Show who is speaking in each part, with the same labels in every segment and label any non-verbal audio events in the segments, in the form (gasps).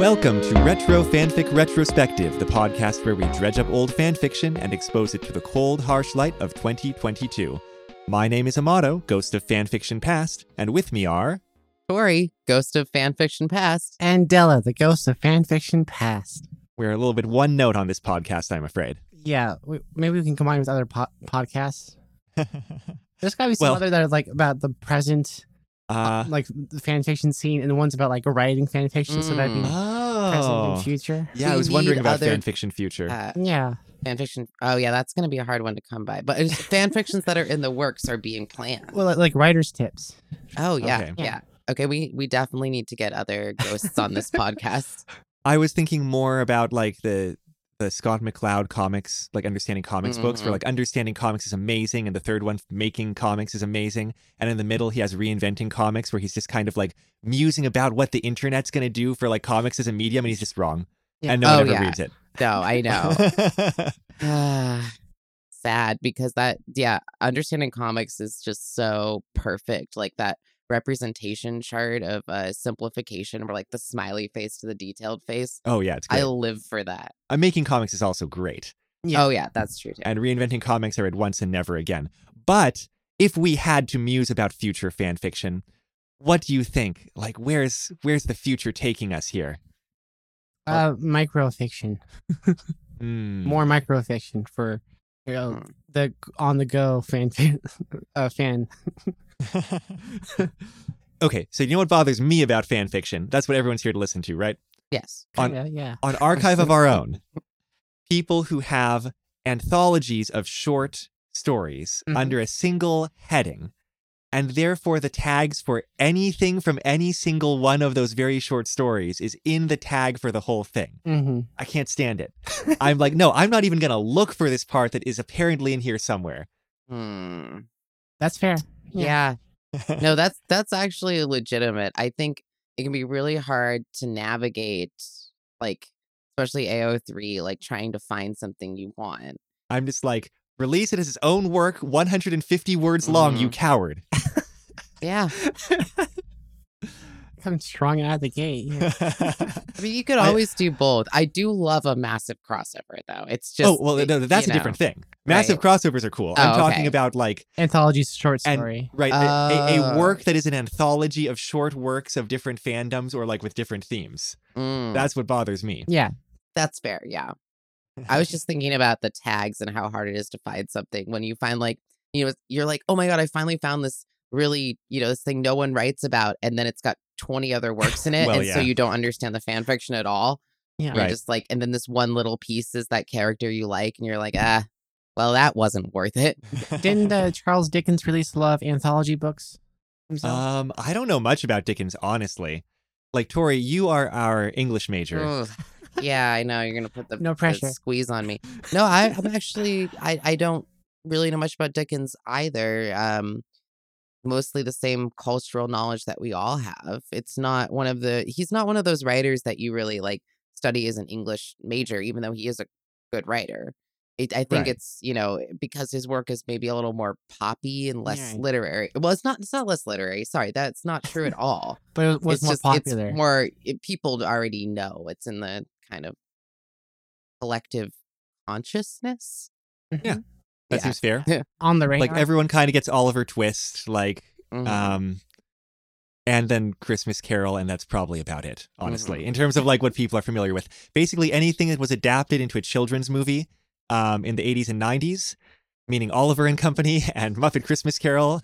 Speaker 1: Welcome to Retro Fanfic Retrospective, the podcast where we dredge up old fanfiction and expose it to the cold, harsh light of 2022. My name is Amato, ghost of fanfiction past, and with me are.
Speaker 2: Tori, Ghost of Fanfiction Past.
Speaker 3: And Della, the ghost of fanfiction past.
Speaker 1: We're a little bit one note on this podcast, I'm afraid.
Speaker 3: Yeah, we, maybe we can combine with other po-
Speaker 1: (laughs)
Speaker 3: podcasts. There's gotta be some
Speaker 1: Well-
Speaker 3: other that are like about the present,
Speaker 1: Uh,
Speaker 3: like the fanfiction scene, and the ones about like writing fanfiction, so that'd be
Speaker 2: Mm.
Speaker 3: present and
Speaker 1: oh.
Speaker 3: future.
Speaker 1: Yeah, I
Speaker 2: We
Speaker 1: was wondering
Speaker 2: need
Speaker 1: about
Speaker 2: other-
Speaker 1: fanfiction future.
Speaker 2: Uh,
Speaker 3: Yeah,
Speaker 2: fanfiction. Oh, yeah, that's going to be a hard one to come by. But it's fanfictions that are in the works are being planned.
Speaker 3: well, like, like writers' tips.
Speaker 2: Oh, yeah.
Speaker 1: Okay.
Speaker 2: Yeah. Okay. We, we definitely need to get other ghosts on this
Speaker 3: (laughs)
Speaker 2: podcast.
Speaker 1: I was thinking more about like the the Scott McCloud comics, like understanding comics books, where
Speaker 2: Mhm.
Speaker 1: like understanding comics is amazing, and the third one, making comics, is amazing. And in the middle, he has reinventing comics, where he's just kind of like musing about what the internet's gonna do for like comics as a medium, and he's just wrong,
Speaker 3: Yeah.
Speaker 1: and no one
Speaker 2: Oh,
Speaker 1: ever
Speaker 2: yeah.
Speaker 1: reads it.
Speaker 2: No, I
Speaker 3: (laughs)
Speaker 2: know. (sighs) Ah, sad because that yeah understanding comics is just so perfect like that representation chart of uh simplification or like the smiley face to the detailed face
Speaker 1: (laughs) oh yeah, it's
Speaker 2: i
Speaker 1: great.
Speaker 2: live for that
Speaker 1: Uh, making comics is also great,
Speaker 3: Yeah.
Speaker 2: oh yeah that's true too
Speaker 1: and reinventing comics I read once and never again. But if we had to muse about future fan fiction, what do you think? Like, where's where's the future taking us here?
Speaker 3: Uh, microfiction,
Speaker 1: Hmm.
Speaker 3: more microfiction for you know,
Speaker 2: Mm.
Speaker 3: the on the go fan (laughs) uh, fan.
Speaker 1: (laughs) okay, so you know what bothers me about fan fiction? That's what everyone's here to listen to, right?
Speaker 2: yes
Speaker 1: On-
Speaker 3: Kinda, yeah,
Speaker 1: On Archive of Our Own, people who have anthologies of short stories
Speaker 3: Mhm.
Speaker 1: under a single heading, and therefore the tags for anything from any single one of those very short stories is in the tag for the whole thing.
Speaker 3: hmm
Speaker 1: I can't stand it. I'm like, no, I'm not even going to look for this part that is apparently in here somewhere.
Speaker 2: Hmm.
Speaker 3: that's fair.
Speaker 2: Yeah. no, that's that's actually legitimate. I think it can be really hard to navigate like especially AO3 like trying to find something you want.
Speaker 1: I'm just like, release it as its own work, 150 words long,
Speaker 2: Mm-hmm.
Speaker 1: you
Speaker 2: (laughs)
Speaker 1: coward.
Speaker 2: Yeah.
Speaker 3: Coming strong out of the gate. yeah.
Speaker 1: Oh,
Speaker 2: I mean, you could
Speaker 1: I-
Speaker 2: always do both. I do love a massive crossover though. It's just
Speaker 1: oh, well,
Speaker 2: it-
Speaker 1: no, that's
Speaker 2: you
Speaker 1: a different thing. Massive crossovers are cool.
Speaker 2: Oh,
Speaker 1: I'm talking
Speaker 2: okay.
Speaker 1: about like,
Speaker 3: Anthology's short
Speaker 1: And-
Speaker 3: story.
Speaker 1: right, a, a, a
Speaker 2: Oh.
Speaker 1: work that is an anthology of short works of different fandoms or like with different themes.
Speaker 2: know. Mm,
Speaker 1: That's what bothers me.
Speaker 3: yeah,
Speaker 2: that's fair. Yeah.
Speaker 1: (laughs)
Speaker 2: I was just thinking about the tags and how hard it is to find something when you find like, you know, you're like, oh my God, I finally found this really, you know, this thing no one writes about. And then it's got 20 other
Speaker 1: (laughs)
Speaker 2: works in it.
Speaker 1: Well,
Speaker 2: and so
Speaker 1: yeah.
Speaker 2: you don't understand the fan fiction at all.
Speaker 3: yeah.
Speaker 2: And You're just like, and then this one little piece is that character you like. And you're like, ah, well, that wasn't worth it.
Speaker 3: Didn't uh, Charles Dickens release a lot of anthology books
Speaker 1: (laughs)
Speaker 3: himself?
Speaker 1: Um, I don't know much about Dickens, honestly. Like, Tori, you are our English major.
Speaker 2: Ugh. yeah, I know. You're going to put the,
Speaker 3: (laughs) No
Speaker 2: the
Speaker 3: pressure.
Speaker 2: squeeze on me. No, I, I'm actually, I, I don't really know much about Dickens either. Um, mostly the same cultural knowledge that we all have. It's not one of the, he's not one of those writers that you really like study as an English major, even though he is a good writer. It, I think
Speaker 1: Right.
Speaker 2: it's you know because his work is maybe a little more poppy and less
Speaker 3: Right.
Speaker 2: literary. Well, it's not it's not less literary. Sorry, that's not true at all
Speaker 3: but it was
Speaker 2: it's
Speaker 3: more
Speaker 2: just,
Speaker 3: popular.
Speaker 2: It's more it, people already know. It's in the kind of collective consciousness.
Speaker 1: Yeah. That
Speaker 2: Yeah.
Speaker 1: seems fair.
Speaker 3: on the radar.
Speaker 1: Like, everyone kind of gets Oliver Twist, like,
Speaker 2: Mhm.
Speaker 1: um and then christmas carol and that's probably about it honestly
Speaker 2: Mm-hmm.
Speaker 1: in terms of like what people are familiar with basically anything that was adapted into a children's movie um in the 80s and 90s meaning oliver and company (laughs) and muppet christmas carol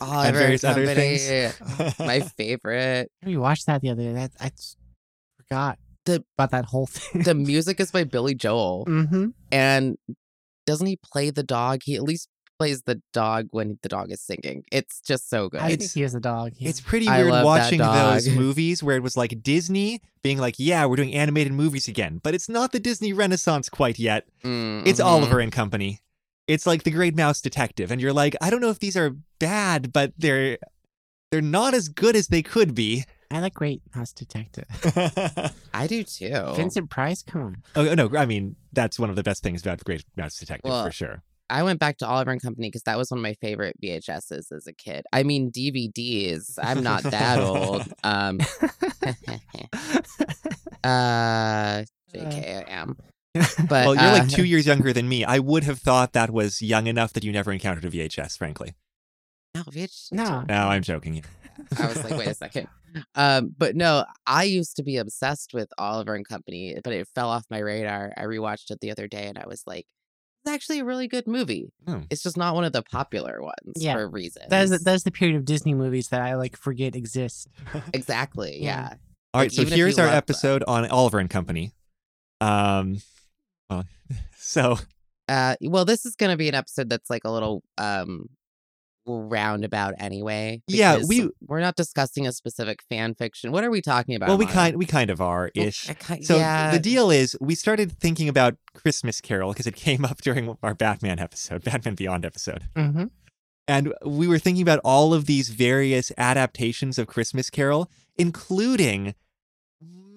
Speaker 2: Oliver and
Speaker 1: various other
Speaker 2: Company,
Speaker 1: things. (laughs)
Speaker 2: My favorite.
Speaker 3: we watched that the other day. That I just forgot
Speaker 2: The-
Speaker 3: about that whole thing.
Speaker 2: The music is by Billy Joel,
Speaker 3: mm-hmm.
Speaker 2: and doesn't he play the dog? He at least plays the dog when the dog is singing. It's just so good.
Speaker 3: (laughs) I think
Speaker 1: It's-
Speaker 3: he is a dog. yeah.
Speaker 1: it's pretty
Speaker 2: I
Speaker 1: weird
Speaker 2: love that
Speaker 1: watching those
Speaker 2: dog. (laughs)
Speaker 1: movies where it was like disney being like yeah we're doing animated movies again but it's not the disney renaissance quite yet
Speaker 2: Mm,
Speaker 1: it's
Speaker 2: mhm.
Speaker 1: Oliver and Company. It's like the Great Mouse Detective, and you're like, I don't know if these are bad, but they're they're not as good as they could
Speaker 2: (laughs)
Speaker 1: be.
Speaker 3: I like Great House Detective.
Speaker 1: oh,
Speaker 2: mm-hmm. I do too.
Speaker 3: Vincent Price, come on.
Speaker 1: no, I mean that's one of the best things about the Great Mouse Detective
Speaker 2: Well,
Speaker 1: for sure.
Speaker 2: I went back to Oliver and Company because that was one of my favorite VHSs as a kid. I mean (laughs) DVDs. I'm not that old. Um, Uh, JK, I am. But
Speaker 1: well, you're
Speaker 2: uh,
Speaker 1: like two
Speaker 2: (laughs)
Speaker 1: years younger than me. I would have thought that was young enough that you never encountered a VHS, frankly.
Speaker 2: no, bitch.
Speaker 3: No.
Speaker 1: No, I'm joking.
Speaker 2: I was
Speaker 1: (laughs)
Speaker 2: like, wait a second. Um, but no, I used to be obsessed with Oliver and Company, but it fell off my radar. I rewatched it the other day and I was like, it's actually a really good movie.
Speaker 1: Hmm.
Speaker 2: It's just not one of the popular ones
Speaker 3: Yeah.
Speaker 2: for a reason.
Speaker 3: That's that's the period of Disney movies that I like forget exist.
Speaker 2: exactly. Yeah.
Speaker 3: Yeah.
Speaker 1: All right,
Speaker 2: Like,
Speaker 1: so
Speaker 2: even if
Speaker 1: here's
Speaker 2: you
Speaker 1: our
Speaker 2: love them.
Speaker 1: episode on Oliver and Company. Um, well, (laughs) so
Speaker 2: Uh, well, this is going to be an episode that's like a little um roundabout anyway.
Speaker 1: Yeah,
Speaker 2: because
Speaker 1: we-
Speaker 2: we're not discussing a specific fan fiction. What are we talking about?
Speaker 1: well, we
Speaker 2: Amanda?
Speaker 1: kind we kind of are ish.
Speaker 2: I
Speaker 3: Uh,
Speaker 2: kind-
Speaker 1: So
Speaker 2: yeah,
Speaker 1: the deal is, we started thinking about Christmas Carol because it came up (laughs) during our Batman episode, Batman Beyond episode.
Speaker 3: Mm-hmm.
Speaker 1: And we were thinking about all of these various adaptations of Christmas Carol, including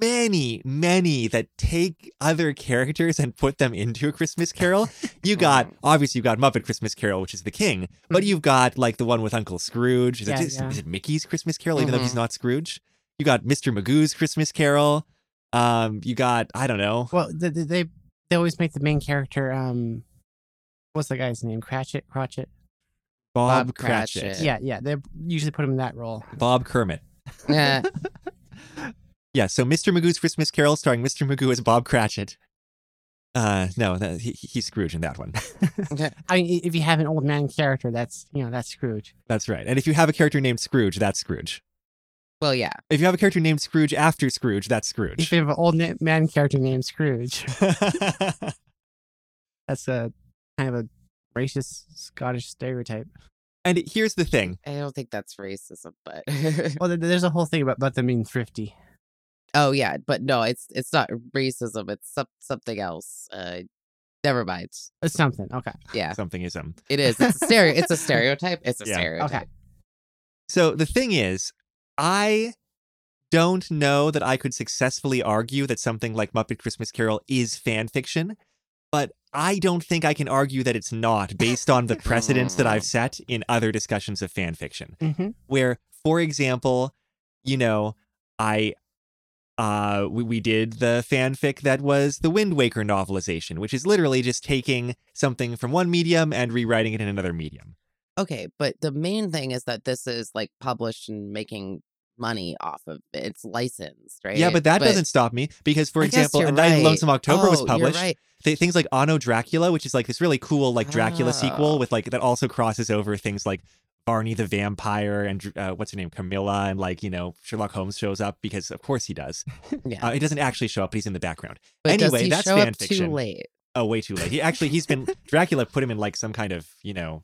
Speaker 1: many, many that take other characters and put them into a Christmas Carol.
Speaker 3: (laughs)
Speaker 1: You
Speaker 3: Mm.
Speaker 1: got, obviously, you got Muppet Christmas Carol, which is the king, but you've got like the one with Uncle Scrooge. Is, it-
Speaker 3: Yeah,
Speaker 1: is-
Speaker 3: yeah. Mm-hmm.
Speaker 1: is it Mickey's Christmas Carol, even though he's
Speaker 2: Mhm.
Speaker 1: not Scrooge? You got Mr. Magoo's Christmas Carol. Um, you got, I don't know.
Speaker 3: Well, they, they they- they always make the main character um, what's the guy's name? Cratchit. Cratchit.
Speaker 1: Bob,
Speaker 2: Bob
Speaker 1: Cratchit.
Speaker 2: Cratchit.
Speaker 3: Yeah, yeah. They usually put him in that role.
Speaker 1: Bob Kermit. (laughs)
Speaker 2: Yeah.
Speaker 1: Yeah, so Mr. Magoo's Christmas Carol starring Mr. Magoo as Bob Cratchit. Uh, no, that, he, he's Scrooge in that one. (laughs)
Speaker 3: I mean, i- if you have an old man character, that's you know that's Scrooge.
Speaker 1: That's right. And if you have a character named Scrooge, that's Scrooge.
Speaker 2: well, yeah.
Speaker 1: If you have a character named Scrooge after Scrooge, that's
Speaker 3: If
Speaker 1: Scrooge.
Speaker 3: you (laughs) have an old na- man character named Scrooge, that's a kind of a racist Scottish stereotype.
Speaker 1: (laughs) and here's the thing.
Speaker 2: I don't think that's racism, but (laughs)
Speaker 3: Well, there- there's a whole thing about about them being thrifty.
Speaker 2: oh yeah, but no, it's it's not racism. It's some, something else. Uh, never mind.
Speaker 3: It's Uh, something. Okay.
Speaker 2: Yeah,
Speaker 1: Something is um.
Speaker 2: it is. It's a stereo.
Speaker 1: (laughs)
Speaker 2: It's a stereotype. It's a
Speaker 1: Yeah. Okay.
Speaker 2: stereotype.
Speaker 3: Okay.
Speaker 1: So the thing is, I don't know that I could successfully argue that something like Muppet Christmas Carol is fan fiction, but I don't think I can argue that it's not based on the precedents that I've set in other discussions of fan fiction.
Speaker 3: Mm-hmm.
Speaker 1: where for example you know i uh we, we did the fanfic that was the wind waker novelization which is literally just taking something from one medium and rewriting it in another medium
Speaker 2: Okay, but the main thing is that this is like published and making money off of it. It's licensed, right?
Speaker 1: yeah but that doesn't stop me because for
Speaker 2: I guess
Speaker 1: example
Speaker 2: you're
Speaker 1: a night in
Speaker 2: right.
Speaker 1: lonesome october was
Speaker 2: Oh, you're
Speaker 1: published
Speaker 2: right.
Speaker 1: Th- things like anno dracula which is like this really cool like dracula
Speaker 2: Ah.
Speaker 1: sequel with like that also crosses over things like barney the vampire and uh, what's her name camilla and like you know sherlock holmes shows up because of course he does
Speaker 2: (laughs) Yeah.
Speaker 1: uh, he doesn't actually show up but he's in the background
Speaker 2: but does
Speaker 1: anyway,
Speaker 2: he
Speaker 1: that's
Speaker 2: show
Speaker 1: fan
Speaker 2: up
Speaker 1: fiction.
Speaker 2: too late?
Speaker 1: Oh, way too late. He actually he's
Speaker 2: (laughs)
Speaker 1: been Dracula put him in like some kind of you know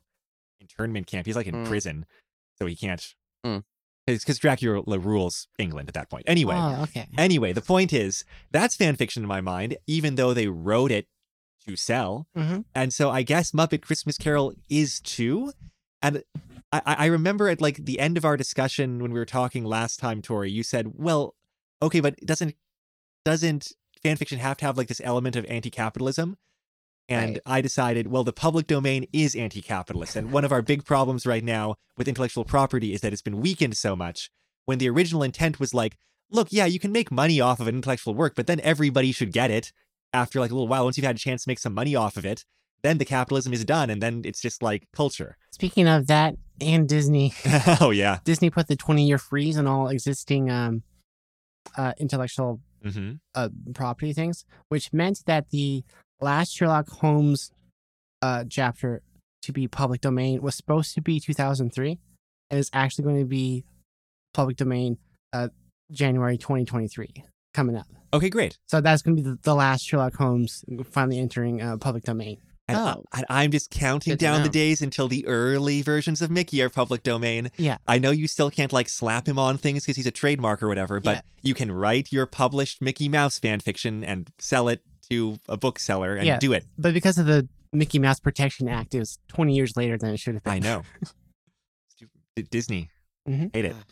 Speaker 1: internment camp. He's like in
Speaker 2: Mm.
Speaker 1: prison, so he can't.
Speaker 2: Mm.
Speaker 1: Because Dracula rules England at that point. Anyway,
Speaker 3: Oh, okay.
Speaker 1: (laughs) anyway, the point is that's fan fiction in my mind, even though they wrote it to sell.
Speaker 3: Mm-hmm.
Speaker 1: And so I guess Muppet Christmas Carol is too. And I, I I remember at like the end of our discussion when we were talking last time, Tori, you said, well, okay, but doesn't doesn't fanfiction have to have like this element of anti-capitalism? And
Speaker 2: Right.
Speaker 1: I decided, well, the public domain is anti-capitalist. And one of our big problems right now with intellectual property is that it's been weakened so much when the original intent was like, look, yeah, you can make money off of an intellectual work, but then everybody should get it after like a little while. Once you've had a chance to make some money off of it, then the capitalism is done and then it's just like culture. (laughs)
Speaker 3: Speaking of that, and Disney,
Speaker 1: oh yeah.
Speaker 3: Disney put the 20 year freeze on all existing um, uh, intellectual
Speaker 1: hmm
Speaker 3: uh, property things, which meant that the last Sherlock Holmes uh, chapter to be public domain was supposed to be 2003, and it's actually going to be public domain uh, January 2023 coming up.
Speaker 1: Okay, great.
Speaker 3: So that's going to be the, the last Sherlock Holmes finally entering uh, public domain.
Speaker 1: And,
Speaker 2: Oh.
Speaker 1: I, and I'm just counting
Speaker 2: Good to
Speaker 1: down the
Speaker 2: know.
Speaker 1: days until the early versions of Mickey are public domain.
Speaker 3: Yeah.
Speaker 1: I know you still can't like slap him on things because he's a trademark or whatever, but
Speaker 3: Yeah.
Speaker 1: you can write your published Mickey Mouse fan fiction and sell it to a bookseller and
Speaker 3: Yeah.
Speaker 1: do it.
Speaker 3: But because of the Mickey Mouse Protection Act, it was 20 years later than it should have been.
Speaker 1: I (laughs) know. Mm-hmm. D- Disney.
Speaker 3: Mhm.
Speaker 1: Hate it.
Speaker 2: Ugh.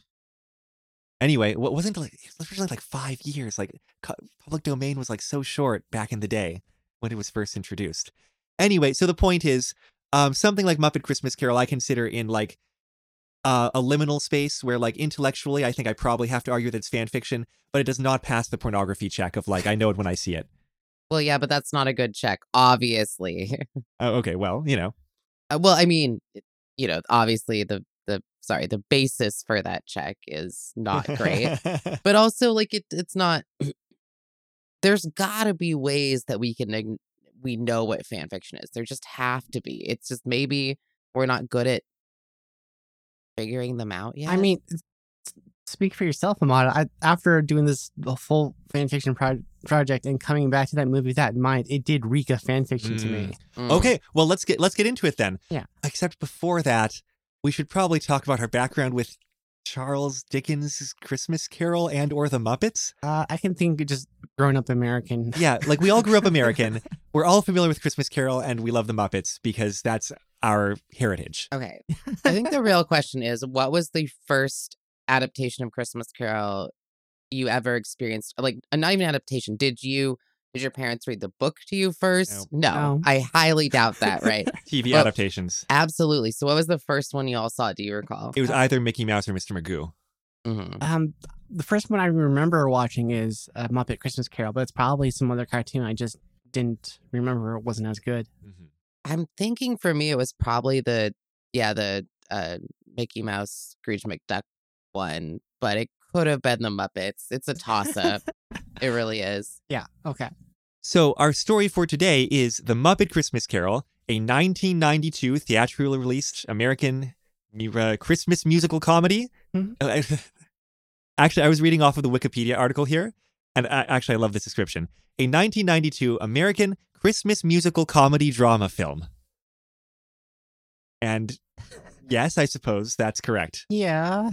Speaker 1: Anyway, what wasn't like it was originally like five years. Like co- public domain was like so short back in the day when it was first introduced. Anyway, so the point is, um, something like Muppet Christmas Carol I consider in like uh, a liminal space where, like, intellectually, I think I probably have to argue that it's fan fiction, but it does not pass the pornography check of like I know it when I see it.
Speaker 2: Well, yeah, but that's not a good check, obviously. (laughs)
Speaker 1: Oh, okay, well, you know,
Speaker 2: Uh, well, I mean, it- you know, obviously the the sorry, the basis for that check is
Speaker 1: (laughs)
Speaker 2: not Ah, great, but also like it it's not. There's got to be ways that we can ign- we know what fan fiction is. There just have to be. It's just maybe we're not good at figuring them out yet.
Speaker 3: I mean, s- s- speak for yourself, Amada. I, after doing this the full fanfiction pro- project and coming back to that movie with that in mind, it did reek of fanfiction to me.
Speaker 2: Mm.
Speaker 1: Okay, well let's get let's get into it then.
Speaker 3: Yeah.
Speaker 1: Except before that, we should probably talk about her background with Charles Dickens' Christmas Carol and or the Muppets.
Speaker 3: Uh, I can think of just grown up American.
Speaker 1: (laughs) Yeah, like we all grew up American. We're all familiar with Christmas Carol and we love the Muppets because that's our
Speaker 2: (laughs)
Speaker 1: heritage.
Speaker 2: Okay. I think the real question is what was the first adaptation of Christmas Carol you ever experienced? Like, uh, not even adaptation. Did you, did your parents read the book to you first? No.
Speaker 3: No.
Speaker 2: I highly doubt that, right?
Speaker 1: TV
Speaker 2: Well-
Speaker 1: adaptations.
Speaker 2: Absolutely. So, what was the first one you all saw? Do you recall?
Speaker 1: It was uh, either Mickey Mouse or Mr. Magoo.
Speaker 2: Mhm.
Speaker 3: Um, the first one I remember watching is uh, Muppet Christmas Carol, but it's probably some other cartoon I just didn't remember. It wasn't as good.
Speaker 2: I'm thinking for me, it was probably the, yeah, the uh, Mickey Mouse Scrooge McDuck one, but it could have been the Muppets. It's a toss up. it really is.
Speaker 3: Yeah. Okay.
Speaker 1: So our story for today is The Muppet Christmas Carol, a 1992 theatrically released American mu- uh, Christmas musical comedy.
Speaker 3: Mhm.
Speaker 1: Uh, (laughs) actually, I was reading off of the Wikipedia article here, and I, actually, I love this description: a 1992 American Christmas musical comedy drama film. And yes, I suppose that's correct.
Speaker 3: Yeah.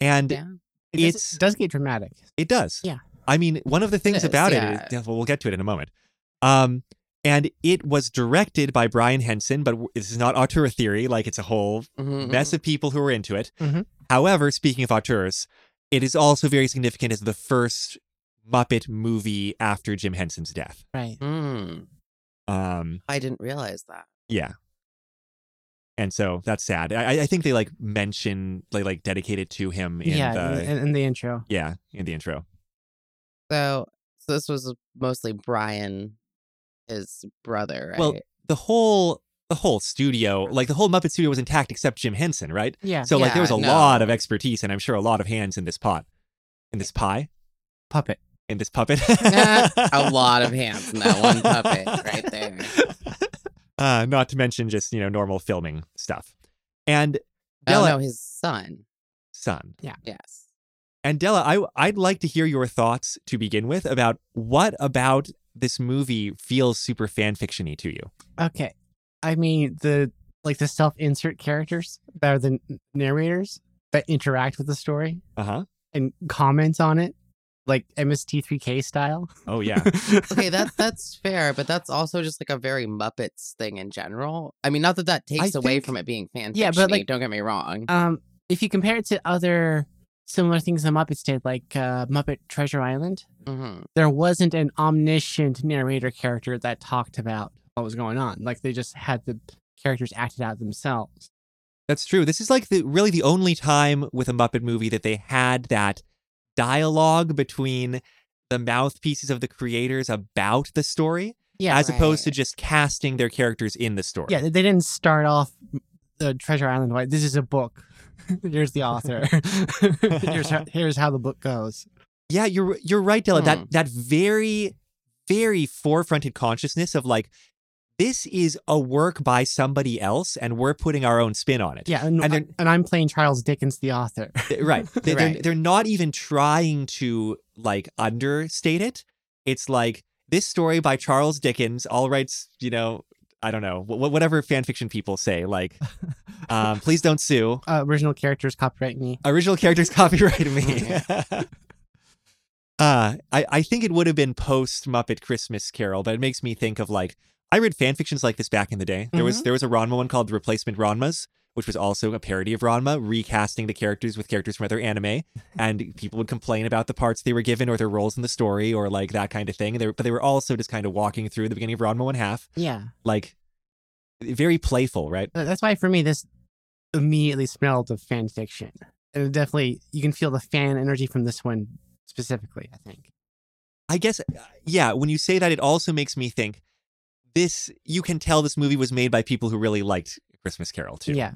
Speaker 1: And
Speaker 2: Yeah.
Speaker 3: It does-
Speaker 1: It's-
Speaker 3: it does get dramatic.
Speaker 1: it does.
Speaker 3: Yeah.
Speaker 1: I mean, one of the things
Speaker 2: is,
Speaker 1: about it
Speaker 2: yeah.
Speaker 1: is, yeah, well, we'll get to it in a moment. Um, and it was directed by Brian Henson, but w- this is not auteur theory. Like, it's a whole
Speaker 2: Mhm.
Speaker 1: mess of people who are into it.
Speaker 3: Mhm.
Speaker 1: However, speaking of auteurs, it is also very significant as the first Muppet movie after Jim Henson's death.
Speaker 3: Right.
Speaker 2: Mm.
Speaker 1: Um,
Speaker 2: I didn't realize that.
Speaker 1: yeah. And so that's sad. I, I think they like mention, like, like dedicate it to him in
Speaker 3: yeah.
Speaker 1: the,
Speaker 3: in, in the intro.
Speaker 1: yeah, in the intro.
Speaker 2: So, so this was mostly Brian, his brother, right?
Speaker 1: Well, the whole the whole studio, like the whole Muppet studio was intact except Jim Henson, right?
Speaker 3: Yeah.
Speaker 1: So like there
Speaker 2: Yeah,
Speaker 1: was a
Speaker 2: no.
Speaker 1: lot of expertise and I'm sure a lot of hands in this pot. In this pie?
Speaker 3: Puppet.
Speaker 1: In this puppet.
Speaker 2: (laughs) a
Speaker 1: (laughs)
Speaker 2: lot of hands in that one puppet right there.
Speaker 1: Uh, not to mention just, you know, normal filming stuff. And
Speaker 2: Oh
Speaker 1: Della
Speaker 2: no, his son.
Speaker 1: son.
Speaker 2: Yes.
Speaker 1: And Della, I I'd like to hear your thoughts to begin with about what about this movie feels super fan fiction-y to you.
Speaker 3: Okay. I mean the like the self-insert characters that are the n- narrators that interact with the story
Speaker 1: Uh-huh.
Speaker 3: and comment on it, like MST3K style. (laughs)
Speaker 1: Oh yeah.
Speaker 2: Okay, that that's fair, but that's also just like a very Muppets thing in general. I mean, not that that takes away
Speaker 3: think-
Speaker 2: from it being fan
Speaker 3: Yeah, but, like-
Speaker 2: don't get me wrong.
Speaker 3: um, if you compare it to other similar things the Muppets did, like uh, Muppet Treasure Island,
Speaker 2: hmm
Speaker 3: there wasn't an omniscient narrator character that talked about what was going on. Like they just had the characters acted out themselves.
Speaker 1: That's true. This is like the really the only time with a Muppet movie that they had that dialogue between the mouthpieces of the creators about the story
Speaker 3: Yeah.
Speaker 1: as opposed to
Speaker 2: Right.
Speaker 1: just casting their characters in the story.
Speaker 3: Yeah, they they didn't start off the Treasure Island way. This is a book. (laughs) Here's the author. (laughs) here's how, here's how the book goes.
Speaker 1: Yeah, you're you're right, Della.
Speaker 2: Hmm.
Speaker 1: That that very very forefronted consciousness of like this is a work by somebody else and we're putting our own spin on it.
Speaker 3: Yeah, and,
Speaker 1: And
Speaker 3: and,
Speaker 1: they're-
Speaker 3: I'm playing Charles Dickens, the author.
Speaker 1: Th- (laughs) right. They, They're,
Speaker 2: Right.
Speaker 1: they're not even trying to like understate it. It's like this story by Charles Dickens, all rights, you know, I don't know, wh- wh- whatever fan fiction people say, like, um, please don't sue.
Speaker 3: Uh, original characters copyright me.
Speaker 1: Original characters (laughs) copyright me. (laughs) uh, I, I think it would have been post Muppet Christmas Carol, but it makes me think of like, I read fan fictions like this back in the day. There was there was a Ranma one called The Replacement Ranmas, which was also a parody of Ranma, recasting the characters with characters from other anime, and people would complain about the parts they were given or their roles in the story or like that kind of thing. And they were, but they were also just kind of walking through the beginning of Ranma one half,
Speaker 3: Yeah,
Speaker 1: like very playful, right?
Speaker 3: Uh, Th- that's why for me this immediately smelled of fan fiction. And it definitely, you can feel the fan energy from this one specifically, I think.
Speaker 1: I guess, uh, yeah, when you say that, it also makes me think this, you can tell this movie was made by people who really liked Christmas Carol, too.
Speaker 3: Yeah.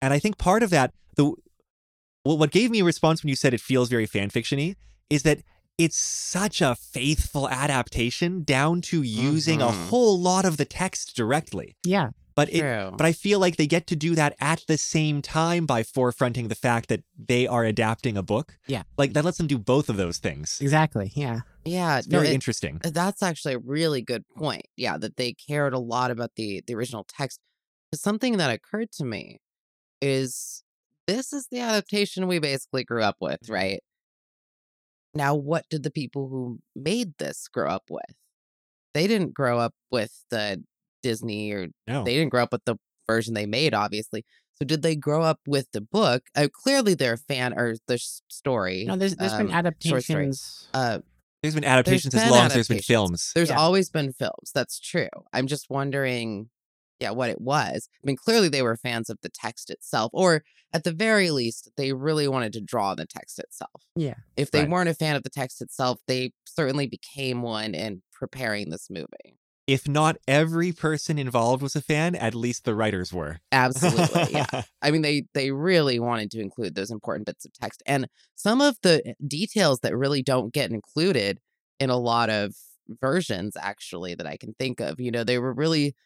Speaker 1: And I think part of that, the well, what gave me a response when you said it feels very fan fictiony is that it's such a faithful adaptation down to using a
Speaker 2: Mhm.
Speaker 1: whole lot of the text directly.
Speaker 3: Yeah.
Speaker 1: But it,
Speaker 2: True.
Speaker 1: but I feel like they get to do that at the same time by forefronting the fact that they are adapting a book.
Speaker 3: Yeah.
Speaker 1: Like that lets them do both of those things.
Speaker 3: Exactly. Yeah.
Speaker 2: yeah,
Speaker 1: It's
Speaker 2: no,
Speaker 1: very
Speaker 2: it- uh,
Speaker 1: interesting.
Speaker 2: that's actually a really good point. Yeah, that they cared a lot about the the original text. 'Cause Something that occurred to me is this is the adaptation we basically grew up with, right? Now, what did the people who made this grow up with? They didn't grow up with the Disney or
Speaker 1: No.
Speaker 3: Oh.
Speaker 2: they didn't grow up with the version they made, obviously. So did they grow up with the book? Uh, clearly, their fan or their s- story.
Speaker 3: No, there's there's
Speaker 2: um,
Speaker 3: been
Speaker 2: short story.
Speaker 3: adaptations.
Speaker 2: Uh,
Speaker 1: there's been adaptations as
Speaker 2: been
Speaker 1: long as there's been
Speaker 2: adaptations.
Speaker 1: films.
Speaker 2: there's
Speaker 3: Yeah.
Speaker 2: always been films. That's true. I'm just wondering, yeah, what it was. I mean, clearly they were fans of the text itself, or at the very least, they really wanted to draw on the text itself.
Speaker 3: Yeah.
Speaker 2: If they
Speaker 1: Right.
Speaker 2: weren't a fan of the text itself, they certainly became one in preparing this movie.
Speaker 1: If not every person involved was a fan, at least the writers were. (laughs)
Speaker 2: Absolutely. yeah. I mean, they they really wanted to include those important bits of text and some of the eh, details that really don't get included in a lot of versions. Actually, that I can think of, you know, they were really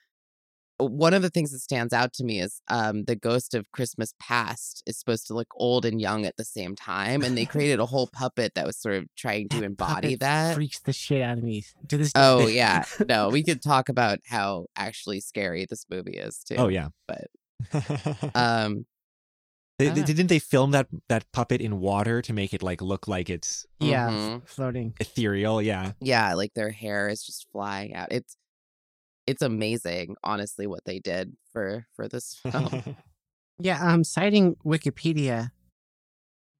Speaker 2: one of the things that stands out to me is um, the ghost of Christmas past is supposed to look old and young at the same time, and they created a whole puppet that was sort of trying to embody
Speaker 3: puppet
Speaker 2: that.
Speaker 3: freaks the shit out of me to this day.
Speaker 2: Oh yeah, no, we could talk about how actually scary this movie is too.
Speaker 1: Oh yeah.
Speaker 2: But- Ah.
Speaker 1: But
Speaker 2: Um,
Speaker 1: they,
Speaker 2: I
Speaker 1: they-
Speaker 2: dunno.
Speaker 1: didn't they film that that puppet in water to make it like look like it's
Speaker 3: Yeah. f-
Speaker 2: mhm.
Speaker 3: Floating.
Speaker 1: ethereal? Yeah.
Speaker 2: yeah like their hair is just flying out it's it's amazing honestly what they did for for (laughs) oh, this
Speaker 1: (laughs)
Speaker 2: film
Speaker 3: Yeah. Um, citing Wikipedia,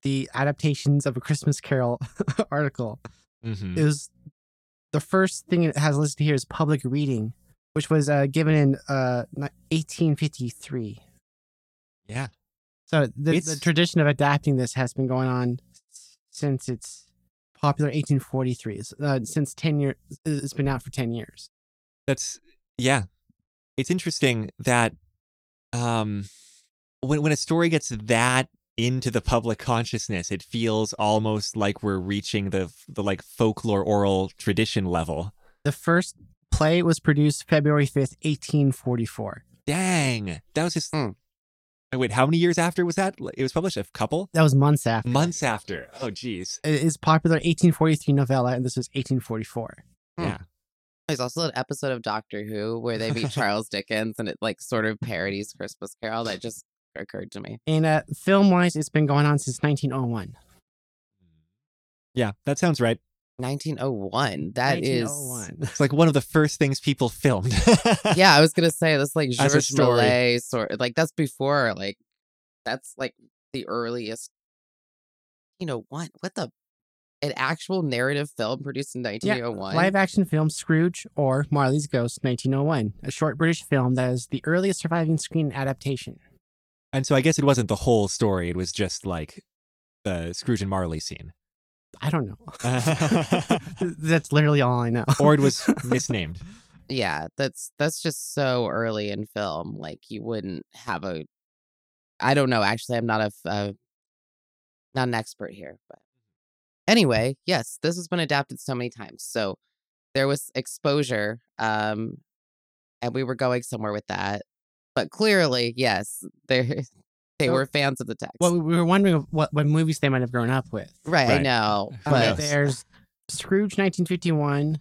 Speaker 3: the adaptations of a Christmas Carol (laughs) article
Speaker 1: Mhm.
Speaker 3: it was the first thing it has listed here is public reading, which was uh, given in uh, ni- 1853.
Speaker 1: Yeah.
Speaker 3: So the, the
Speaker 1: It's-
Speaker 3: tradition of adapting this has been going on s- since it's popular 1843. It's, Uh, since 10 years, it's been out for 10 years.
Speaker 1: That's yeah. It's interesting that um when when a story gets that into the public consciousness, it feels almost like we're reaching the the like folklore oral tradition level.
Speaker 3: The first play was produced February 5th, 1844.
Speaker 1: Dang. That was just
Speaker 2: Hmm.
Speaker 1: Oh, Wait, how many years after was that? It was published a couple
Speaker 3: That was months after.
Speaker 1: months after. Oh geez.
Speaker 3: It is popular 1843 novella, and this was 1844.
Speaker 2: there's also an episode of doctor who where they meet charles dickens and it like sort of parodies christmas carol that just occurred to me
Speaker 3: And uh, film wise, it's been going on since 1901.
Speaker 1: Yeah, that sounds right.
Speaker 2: 1901 That is.
Speaker 3: 1901.
Speaker 1: It's like oh one of the first things people filmed.
Speaker 2: yeah i was gonna say that's like
Speaker 1: a
Speaker 2: georges
Speaker 1: story.
Speaker 2: millet sort like that's before like that's like the earliest you know what what the an actual narrative film produced in 1901
Speaker 3: Live action film Scrooge or Marley's Ghost 1901, a short British film that is the earliest surviving screen adaptation.
Speaker 1: (laughs) And so I guess it wasn't the whole story. It was just like the Scrooge and Marley (laughs) scene.
Speaker 3: I don't know. (laughs) That's literally all I know.
Speaker 1: or it was misnamed.
Speaker 2: yeah that's that's just so early in film like you wouldn't have a i don't know actually i'm not a, f- uh not an expert here but anyway yes this has been adapted so many times so there was exposure um and we were going somewhere with that but clearly yes there (laughs) they
Speaker 3: So-
Speaker 2: were fans of the text
Speaker 3: (laughs) Well, we were wondering of what, what movies they might have grown up with.
Speaker 2: right, i
Speaker 1: Right.
Speaker 2: know
Speaker 1: Who
Speaker 3: Uh,
Speaker 1: knows?
Speaker 2: but
Speaker 3: there's Scrooge 1951,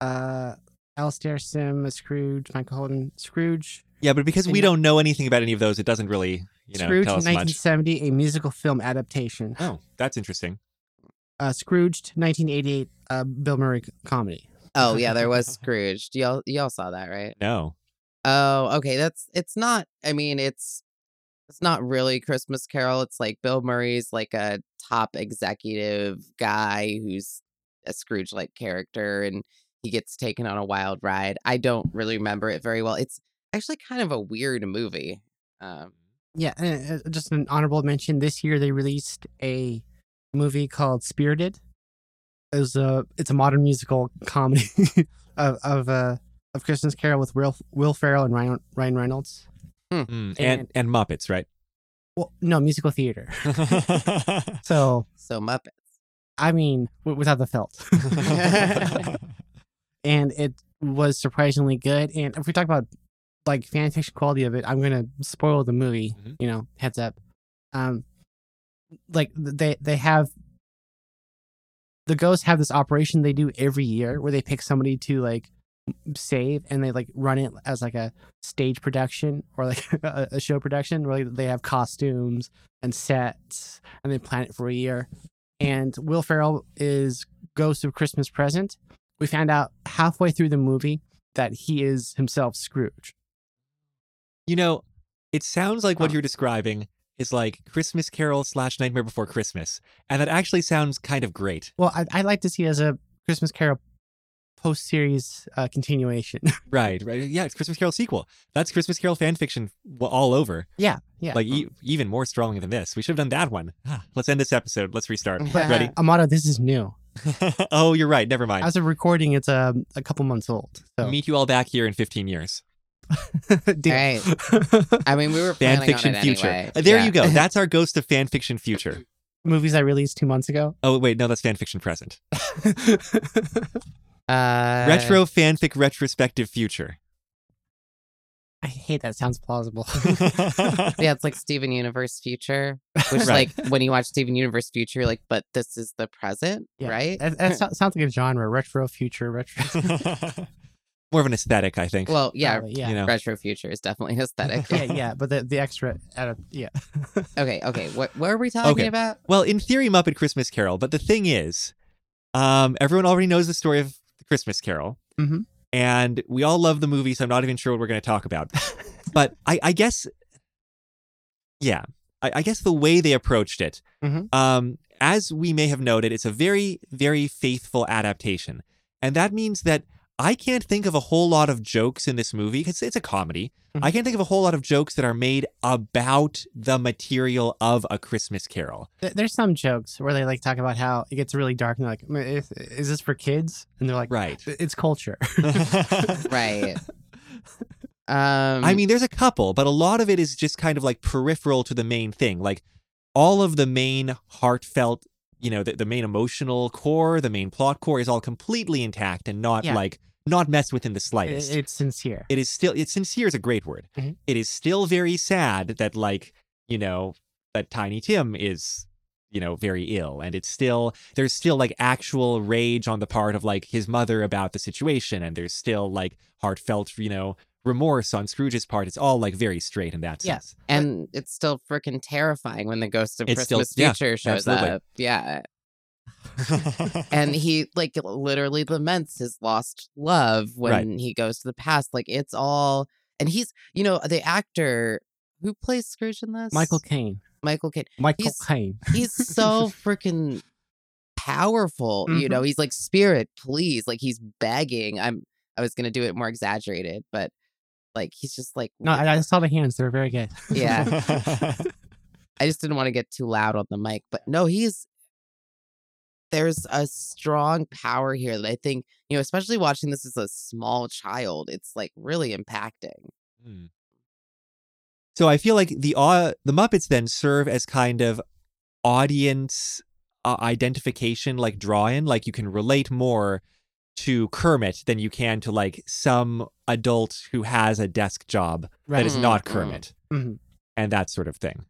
Speaker 3: uh, Alistair Sim, Scrooge, Michael Holden, Scrooge,
Speaker 1: Yeah, but because we
Speaker 3: And-
Speaker 1: don't know anything about any of those, it doesn't really, you know,
Speaker 3: Scrooge
Speaker 1: tell us much.
Speaker 3: 1970, a musical film adaptation,
Speaker 1: Oh, that's interesting.
Speaker 3: uh, Scrooged 1988, uh, Bill Murray c- comedy.
Speaker 2: oh yeah there was scrooge y'all y'all saw that right
Speaker 1: No.
Speaker 2: Oh, okay. That's it's not. I mean, it's it's not really Christmas Carol. It's like Bill Murray's like a top executive guy who's a Scrooge like character, and he gets taken on a wild ride. I don't really remember it very well. It's actually kind of a weird movie. Um,
Speaker 3: Yeah, uh, uh, just an honorable mention. This year they released a movie called Spirited. It was a it's a modern musical comedy (laughs) of of uh, of Christmas Carol with Will Will Ferrell and Ryan Ryan Reynolds.
Speaker 1: Mm, and, and Muppets, (laughs) right?
Speaker 3: Well, no, musical theater. So
Speaker 2: So Muppet.
Speaker 3: I mean, w- without the felt. (laughs) and it was surprisingly good. And if we talk about like fan fiction quality of it, I'm gonna spoil the movie.
Speaker 1: Mhm.
Speaker 3: You know, heads up. Um, like th- they they have the ghosts have this operation they do every year where they pick somebody to like save and they like run it as like a stage production or like (laughs) a, a show production where like, they have costumes and sets and they plan it for a year. And Will Ferrell is Ghost of Christmas Present. We found out halfway through the movie that he is himself Scrooge.
Speaker 1: you know, it sounds like what
Speaker 3: Huh.
Speaker 1: you're describing is like Christmas Carol slash Nightmare Before Christmas, and that actually sounds kind of great.
Speaker 3: Well, I, I like to see it as a Christmas Carol post series uh, continuation. (laughs)
Speaker 1: Right, right. Yeah, it's Christmas Carol sequel. That's Christmas Carol fan fiction w- all over.
Speaker 3: yeah, yeah.
Speaker 1: Like e- even more strongly than this. We should have done that one. Ah, Let's end this episode. Let's restart.
Speaker 2: (laughs)
Speaker 1: Ready?
Speaker 3: uh, Amato, this is new.
Speaker 1: oh, you're right. Never mind.
Speaker 3: As of recording, it's um, a couple months old. So (laughs)
Speaker 1: Meet you all back here in 15 years.
Speaker 3: Deal.
Speaker 2: Right. I mean, we were
Speaker 1: (laughs) Fan
Speaker 2: planning
Speaker 1: fiction
Speaker 2: on it
Speaker 1: future.
Speaker 2: anyway.
Speaker 1: Uh, There
Speaker 2: Yeah.
Speaker 1: you
Speaker 2: (laughs)
Speaker 1: go. That's our ghost of fan fiction future.
Speaker 3: (laughs) movies I released two months ago. (laughs)
Speaker 1: Oh wait, no, that's fan fiction present.
Speaker 2: Uh,
Speaker 1: Retro fanfic retrospective future. (laughs)
Speaker 3: I hate that. Sounds plausible. (laughs)
Speaker 2: Yeah, it's like Steven Universe Future, which
Speaker 1: (laughs) Right.
Speaker 2: like when you watch Steven Universe Future, you're like, but this is the present,
Speaker 3: Yeah,
Speaker 2: right?
Speaker 3: That, that so- sounds like a genre: retro, future, retro.
Speaker 1: (laughs) More of an aesthetic, I think.
Speaker 2: Well, yeah,
Speaker 3: Probably, yeah.
Speaker 1: you know.
Speaker 2: retro future is definitely (laughs) an
Speaker 1: (laughs)
Speaker 2: aesthetic.
Speaker 3: yeah, yeah, but the, the extra, out of, yeah.
Speaker 2: okay, okay. What what are we talking
Speaker 1: Okay.
Speaker 2: about?
Speaker 1: Well, in theory, Muppet Christmas Carol. But the thing is, um, everyone already knows the story of the Christmas Carol,
Speaker 3: Mhm.
Speaker 1: and we all love the movie. So I'm not even sure what we're going to talk about. but I, I guess, yeah, I, I guess the way they approached it,
Speaker 3: Mhm.
Speaker 1: um, as we may have noted, it's a very, very faithful adaptation, and that means that I can't think of a whole lot of jokes in this movie because it's a comedy.
Speaker 3: Mhm.
Speaker 1: I can't think of a whole lot of jokes that are made about the material of a Christmas Carol.
Speaker 3: Th- There's some jokes where they like talk about how it gets really dark and they're like, "Mm, is, is this for kids? And they're like,
Speaker 1: Right.
Speaker 3: (laughs)
Speaker 1: (laughs)
Speaker 3: "I- it's culture.
Speaker 2: Right. Um,
Speaker 1: I mean, uh there's a couple, but a lot of it is just kind of like peripheral to the main thing. Like all of the main heartfelt, you know, the, the main emotional core, the main plot core is all completely intact and not
Speaker 3: Yeah.
Speaker 1: like not messed with in the
Speaker 3: I-
Speaker 1: slightest.
Speaker 3: it's sincere.
Speaker 1: it is still it's sincere is a great word.
Speaker 3: Mhm.
Speaker 1: It is still very sad that like, you know, that Tiny Tim is you know very ill and it's still there's still like actual rage on the part of like his mother about the situation and there's still like heartfelt, you know, remorse on Scrooge's part. It's all like very straight in that
Speaker 3: Yeah.
Speaker 1: sense.
Speaker 2: and it's still freaking terrifying when the ghost of
Speaker 1: It's still-
Speaker 2: Christmas
Speaker 1: yeah,
Speaker 2: Future shows
Speaker 1: absolutely.
Speaker 2: up. Yeah,
Speaker 1: (laughs)
Speaker 2: and he like literally laments his lost love when
Speaker 1: Right.
Speaker 2: he goes to the past. Like it's all, and he's you know the actor who plays Scrooge in this,
Speaker 3: Michael Caine.
Speaker 2: Michael Kidd.
Speaker 3: Michael
Speaker 2: He's-
Speaker 3: Caine.
Speaker 2: he's so freaking powerful you know he's like spirit please like he's begging i'm i was gonna do it more exaggerated but like he's just like
Speaker 3: No, I, I saw the hands. They were very good.
Speaker 2: yeah
Speaker 1: (laughs)
Speaker 2: i just didn't want to get too loud on the mic but no he's there's a strong power here that i think you know especially watching this as a small child it's like really impacting
Speaker 1: Hmm. So I feel like the au- the Muppets then serve as kind of audience uh, identification, like draw-in. Like you can relate more to Kermit than you can to like some adult who has a desk job that is
Speaker 2: Mm,
Speaker 1: not
Speaker 2: mm.
Speaker 1: Kermit
Speaker 3: Mhm.
Speaker 1: and that sort of thing.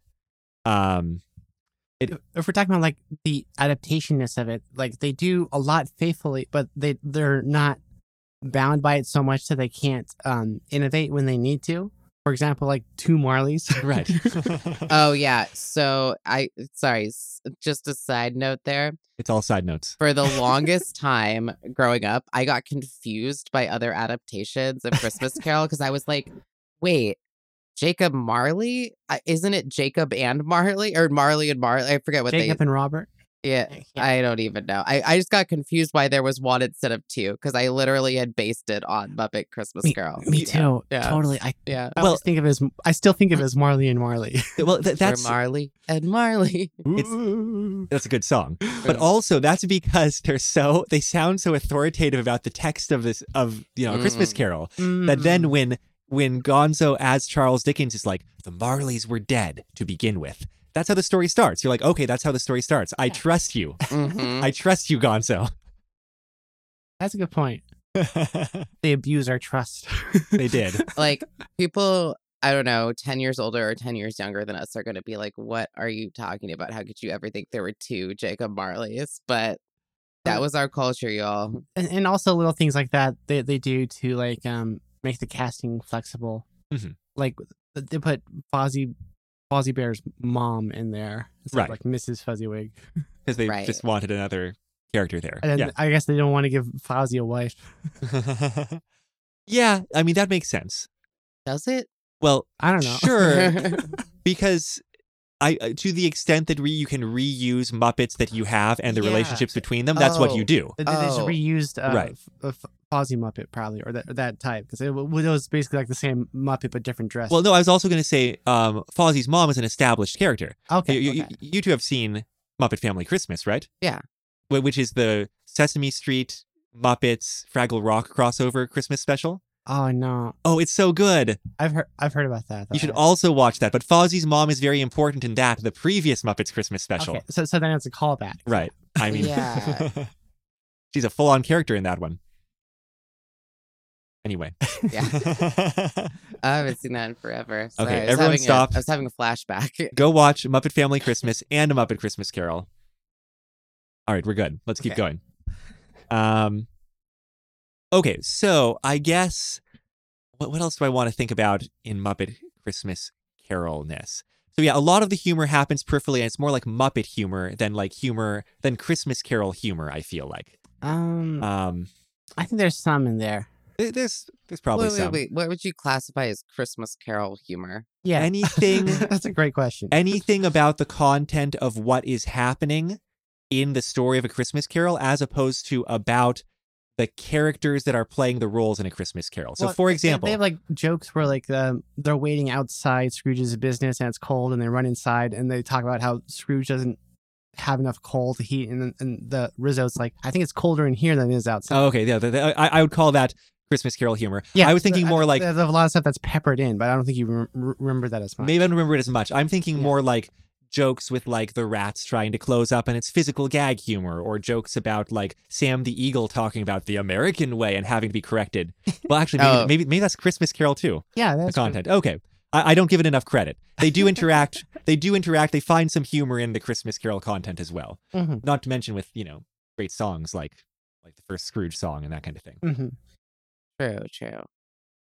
Speaker 1: Um,
Speaker 3: (laughs) if we're talking about like the adaptationness of it, like they do a lot faithfully, but they they're not bound by it so much that they can't um, innovate when they need to. For example, like two Marleys.
Speaker 1: right.
Speaker 2: oh yeah so i sorry s- just a side note there
Speaker 1: it's all side notes.
Speaker 2: for the longest time growing up, I got confused by other adaptations of Christmas Carol because I was like, wait, Jacob Marley? Uh, Isn't it Jacob and Marley or Marley and Marley? I forget what
Speaker 3: Jacob and Robert.
Speaker 2: they. Yeah.
Speaker 3: I can't-
Speaker 2: I don't even know. I, I just got confused why there was one instead of two because I literally had based it on Muppet Christmas Carol.
Speaker 3: Me
Speaker 2: Yeah.
Speaker 3: too.
Speaker 2: Yeah.
Speaker 3: Totally. I,
Speaker 2: Yeah.
Speaker 3: I
Speaker 1: Well-
Speaker 3: always think of it as I still think of it as Marley and Marley. (laughs)
Speaker 1: Well, th-
Speaker 2: That's
Speaker 1: that's
Speaker 2: Marley and Marley.
Speaker 1: that's a good song. But
Speaker 2: Yeah.
Speaker 1: also that's because they're so they sound so authoritative about the text of this of you know a Christmas
Speaker 2: Mm.
Speaker 1: Carol that
Speaker 3: Mm-hmm.
Speaker 1: then when when Gonzo as Charles Dickens is like the Marleys were dead to begin with. That's how the story starts. You're like, okay, that's how the story starts. I trust you.
Speaker 3: Mm-hmm.
Speaker 2: Mhm.
Speaker 1: I trust you,
Speaker 3: (laughs)
Speaker 1: Gonzo.
Speaker 3: that's a good point. They abuse our trust. (laughs)
Speaker 1: they did.
Speaker 2: like people, I don't know, 10 years older or 10 years younger than us are going to be like, what are you talking about? How could you ever think there were two Jacob Marleys? But that
Speaker 3: Well,
Speaker 2: was our culture, y'all.
Speaker 3: and, and also little things like that they, they do to like um make the casting flexible.
Speaker 2: Mm-hmm.
Speaker 1: Mhm.
Speaker 3: Like th- they put Fozzie Fozzie Bear's mom in there, instead
Speaker 1: Right.
Speaker 3: of, like Mrs. Fuzzywig,
Speaker 1: Because they
Speaker 2: Right.
Speaker 1: just wanted another character there.
Speaker 3: and then I guess they don't want to give Fozzie a wife.
Speaker 1: yeah.
Speaker 3: (laughs)
Speaker 1: yeah, I mean that makes sense.
Speaker 2: Does it?
Speaker 1: Well,
Speaker 3: I don't know.
Speaker 1: sure.
Speaker 3: (laughs)
Speaker 1: because I uh, to the extent that re- you can reuse Muppets that you have and the
Speaker 3: Yeah.
Speaker 1: relationships between them, that's what you
Speaker 2: Oh.
Speaker 1: do.
Speaker 3: They, they just
Speaker 2: Oh.
Speaker 3: reused uh,
Speaker 1: Right.
Speaker 3: f- uh, f- Fozzie Muppet probably, or that or that type, because it, w- it was basically like the same Muppet but different dress.
Speaker 1: Well, no, I was also going to say um, Fozzie's mom is an established character.
Speaker 3: okay,
Speaker 1: you, you-
Speaker 3: okay.
Speaker 1: you two have seen Muppet Family Christmas, right?
Speaker 2: Yeah.
Speaker 1: Wh- Which is the Sesame Street Muppets Fraggle Rock crossover Christmas special.
Speaker 3: Oh no,
Speaker 1: Oh, it's so good.
Speaker 3: I've heard I've heard about that.
Speaker 1: You should
Speaker 3: though.
Speaker 1: also watch that. But Fozzie's mom is very important in that, the previous Muppets Christmas special.
Speaker 3: Okay, so so then it's a callback.
Speaker 1: Right. I mean,
Speaker 2: Yeah.
Speaker 1: (laughs) she's a full on character in that one. Anyway. (laughs)
Speaker 2: I haven't seen that in forever. Sorry, I was
Speaker 1: everyone
Speaker 2: having a-
Speaker 1: stop.
Speaker 2: I was having a flashback. (laughs)
Speaker 1: Go watch Muppet Family Christmas and a Muppet Christmas Carol. All right, we're good. Let's keep
Speaker 2: Okay.
Speaker 1: going. Um, okay, so I guess what, what else do I want to think about in Muppet Christmas Carolness? So yeah, a lot of the humor happens peripherally, and it's more like Muppet humor than like humor than Christmas Carol humor. I feel like
Speaker 2: Mm.
Speaker 3: Um,
Speaker 1: um,
Speaker 3: I think there's some in there.
Speaker 1: there- there's there's probably
Speaker 2: wait, wait,
Speaker 1: some
Speaker 2: wait. What would you classify as Christmas Carol humor?
Speaker 3: Yeah.
Speaker 1: anything
Speaker 2: (laughs)
Speaker 3: (laughs) That's a great question.
Speaker 1: anything about the content of what is happening in the story of a Christmas Carol as opposed to about the characters that are playing the roles in a Christmas Carol. So,
Speaker 3: Well,
Speaker 1: for
Speaker 3: they-
Speaker 1: example,
Speaker 3: they have like jokes where like um, they're waiting outside Scrooge's business and it's cold, and they run inside and they talk about how Scrooge doesn't have enough coal to heat, and then- and the Rizzo's like, I think it's colder in here than it is outside.
Speaker 1: oh, okay, yeah, the, the, I, I would call that Christmas Carol humor. I was
Speaker 3: so
Speaker 1: thinking more
Speaker 3: think
Speaker 1: like-
Speaker 3: they have a lot of stuff that's peppered in, but I don't think you rem- re- remember that as much.
Speaker 1: Maybe I don't remember it as much. I'm thinking
Speaker 3: Yeah.
Speaker 1: more like jokes with like the rats trying to close up and it's physical gag humor or jokes about like Sam the Eagle talking about the American way and having to be corrected. Well, actually,
Speaker 3: (laughs)
Speaker 1: maybe,
Speaker 2: Oh.
Speaker 1: maybe, maybe that's Christmas Carol too.
Speaker 3: yeah,
Speaker 1: the
Speaker 3: that's true.
Speaker 1: content. Okay. I, I don't give it enough credit. They do
Speaker 3: (laughs)
Speaker 1: interact. they do interact. They find some humor in the Christmas Carol content as well.
Speaker 3: Mhm.
Speaker 1: Not to mention with, you know, great songs like like the first Scrooge song and that kind of thing.
Speaker 3: Mhm.
Speaker 2: True, true.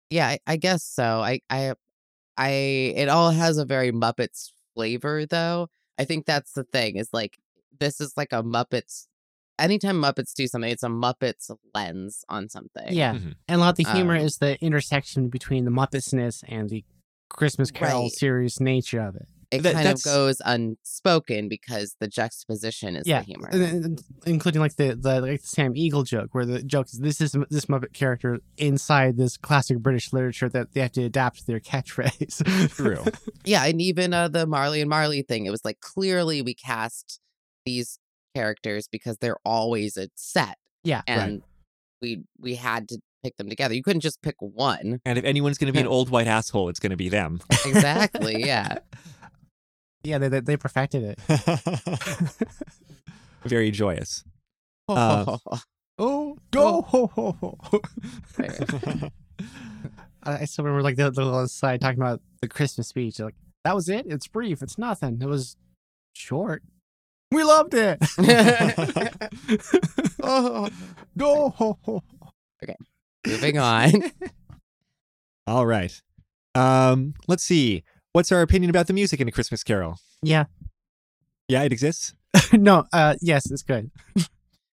Speaker 2: Yeah, I, I guess so. I, I, I, it all has a very Muppets flavor, though. I think that's the thing is like, this is like a Muppets. Anytime Muppets do something, it's a Muppets lens on something.
Speaker 3: Yeah,
Speaker 1: Mhm.
Speaker 3: and a lot of the humor
Speaker 2: Um,
Speaker 3: is the intersection between the Muppetsness and the Christmas Carol
Speaker 2: Right.
Speaker 3: serious nature of it.
Speaker 2: It
Speaker 1: That-
Speaker 2: kind
Speaker 1: that's-
Speaker 2: of goes unspoken because the juxtaposition is
Speaker 3: Yeah,
Speaker 2: the humor.
Speaker 3: And then- and including like the, the like the Sam Eagle joke, where the joke is this is this Muppet character inside this classic British literature that they have to adapt to their catchphrase.
Speaker 1: True.
Speaker 2: Yeah, and even uh, the Marley and Marley thing, it was like clearly we cast these characters because they're always a set,
Speaker 3: (laughs) yeah,
Speaker 2: and we we had to pick them together. You couldn't just pick one.
Speaker 1: (laughs) And if anyone's gonna be an old white asshole, it's gonna be
Speaker 3: (laughs)
Speaker 1: them.
Speaker 2: Exactly. yeah.
Speaker 3: yeah, they, they they perfected it.
Speaker 1: Very joyous.
Speaker 3: (laughs)
Speaker 1: Uh,
Speaker 3: Oh,
Speaker 2: go,
Speaker 3: ho ho ho!
Speaker 2: Right.
Speaker 3: (laughs) I, I still remember like the, the little side talking about the Christmas speech. Like that was it. It's brief. It's nothing. It was short. We loved (laughs) it. oh, go ho ho!
Speaker 2: (laughs) Moving on.
Speaker 1: All right. Um, let's see. What's our opinion about the music in a Christmas Carol?
Speaker 3: Yeah.
Speaker 1: Yeah, it exists.
Speaker 3: (laughs) no, uh, yes, it's good.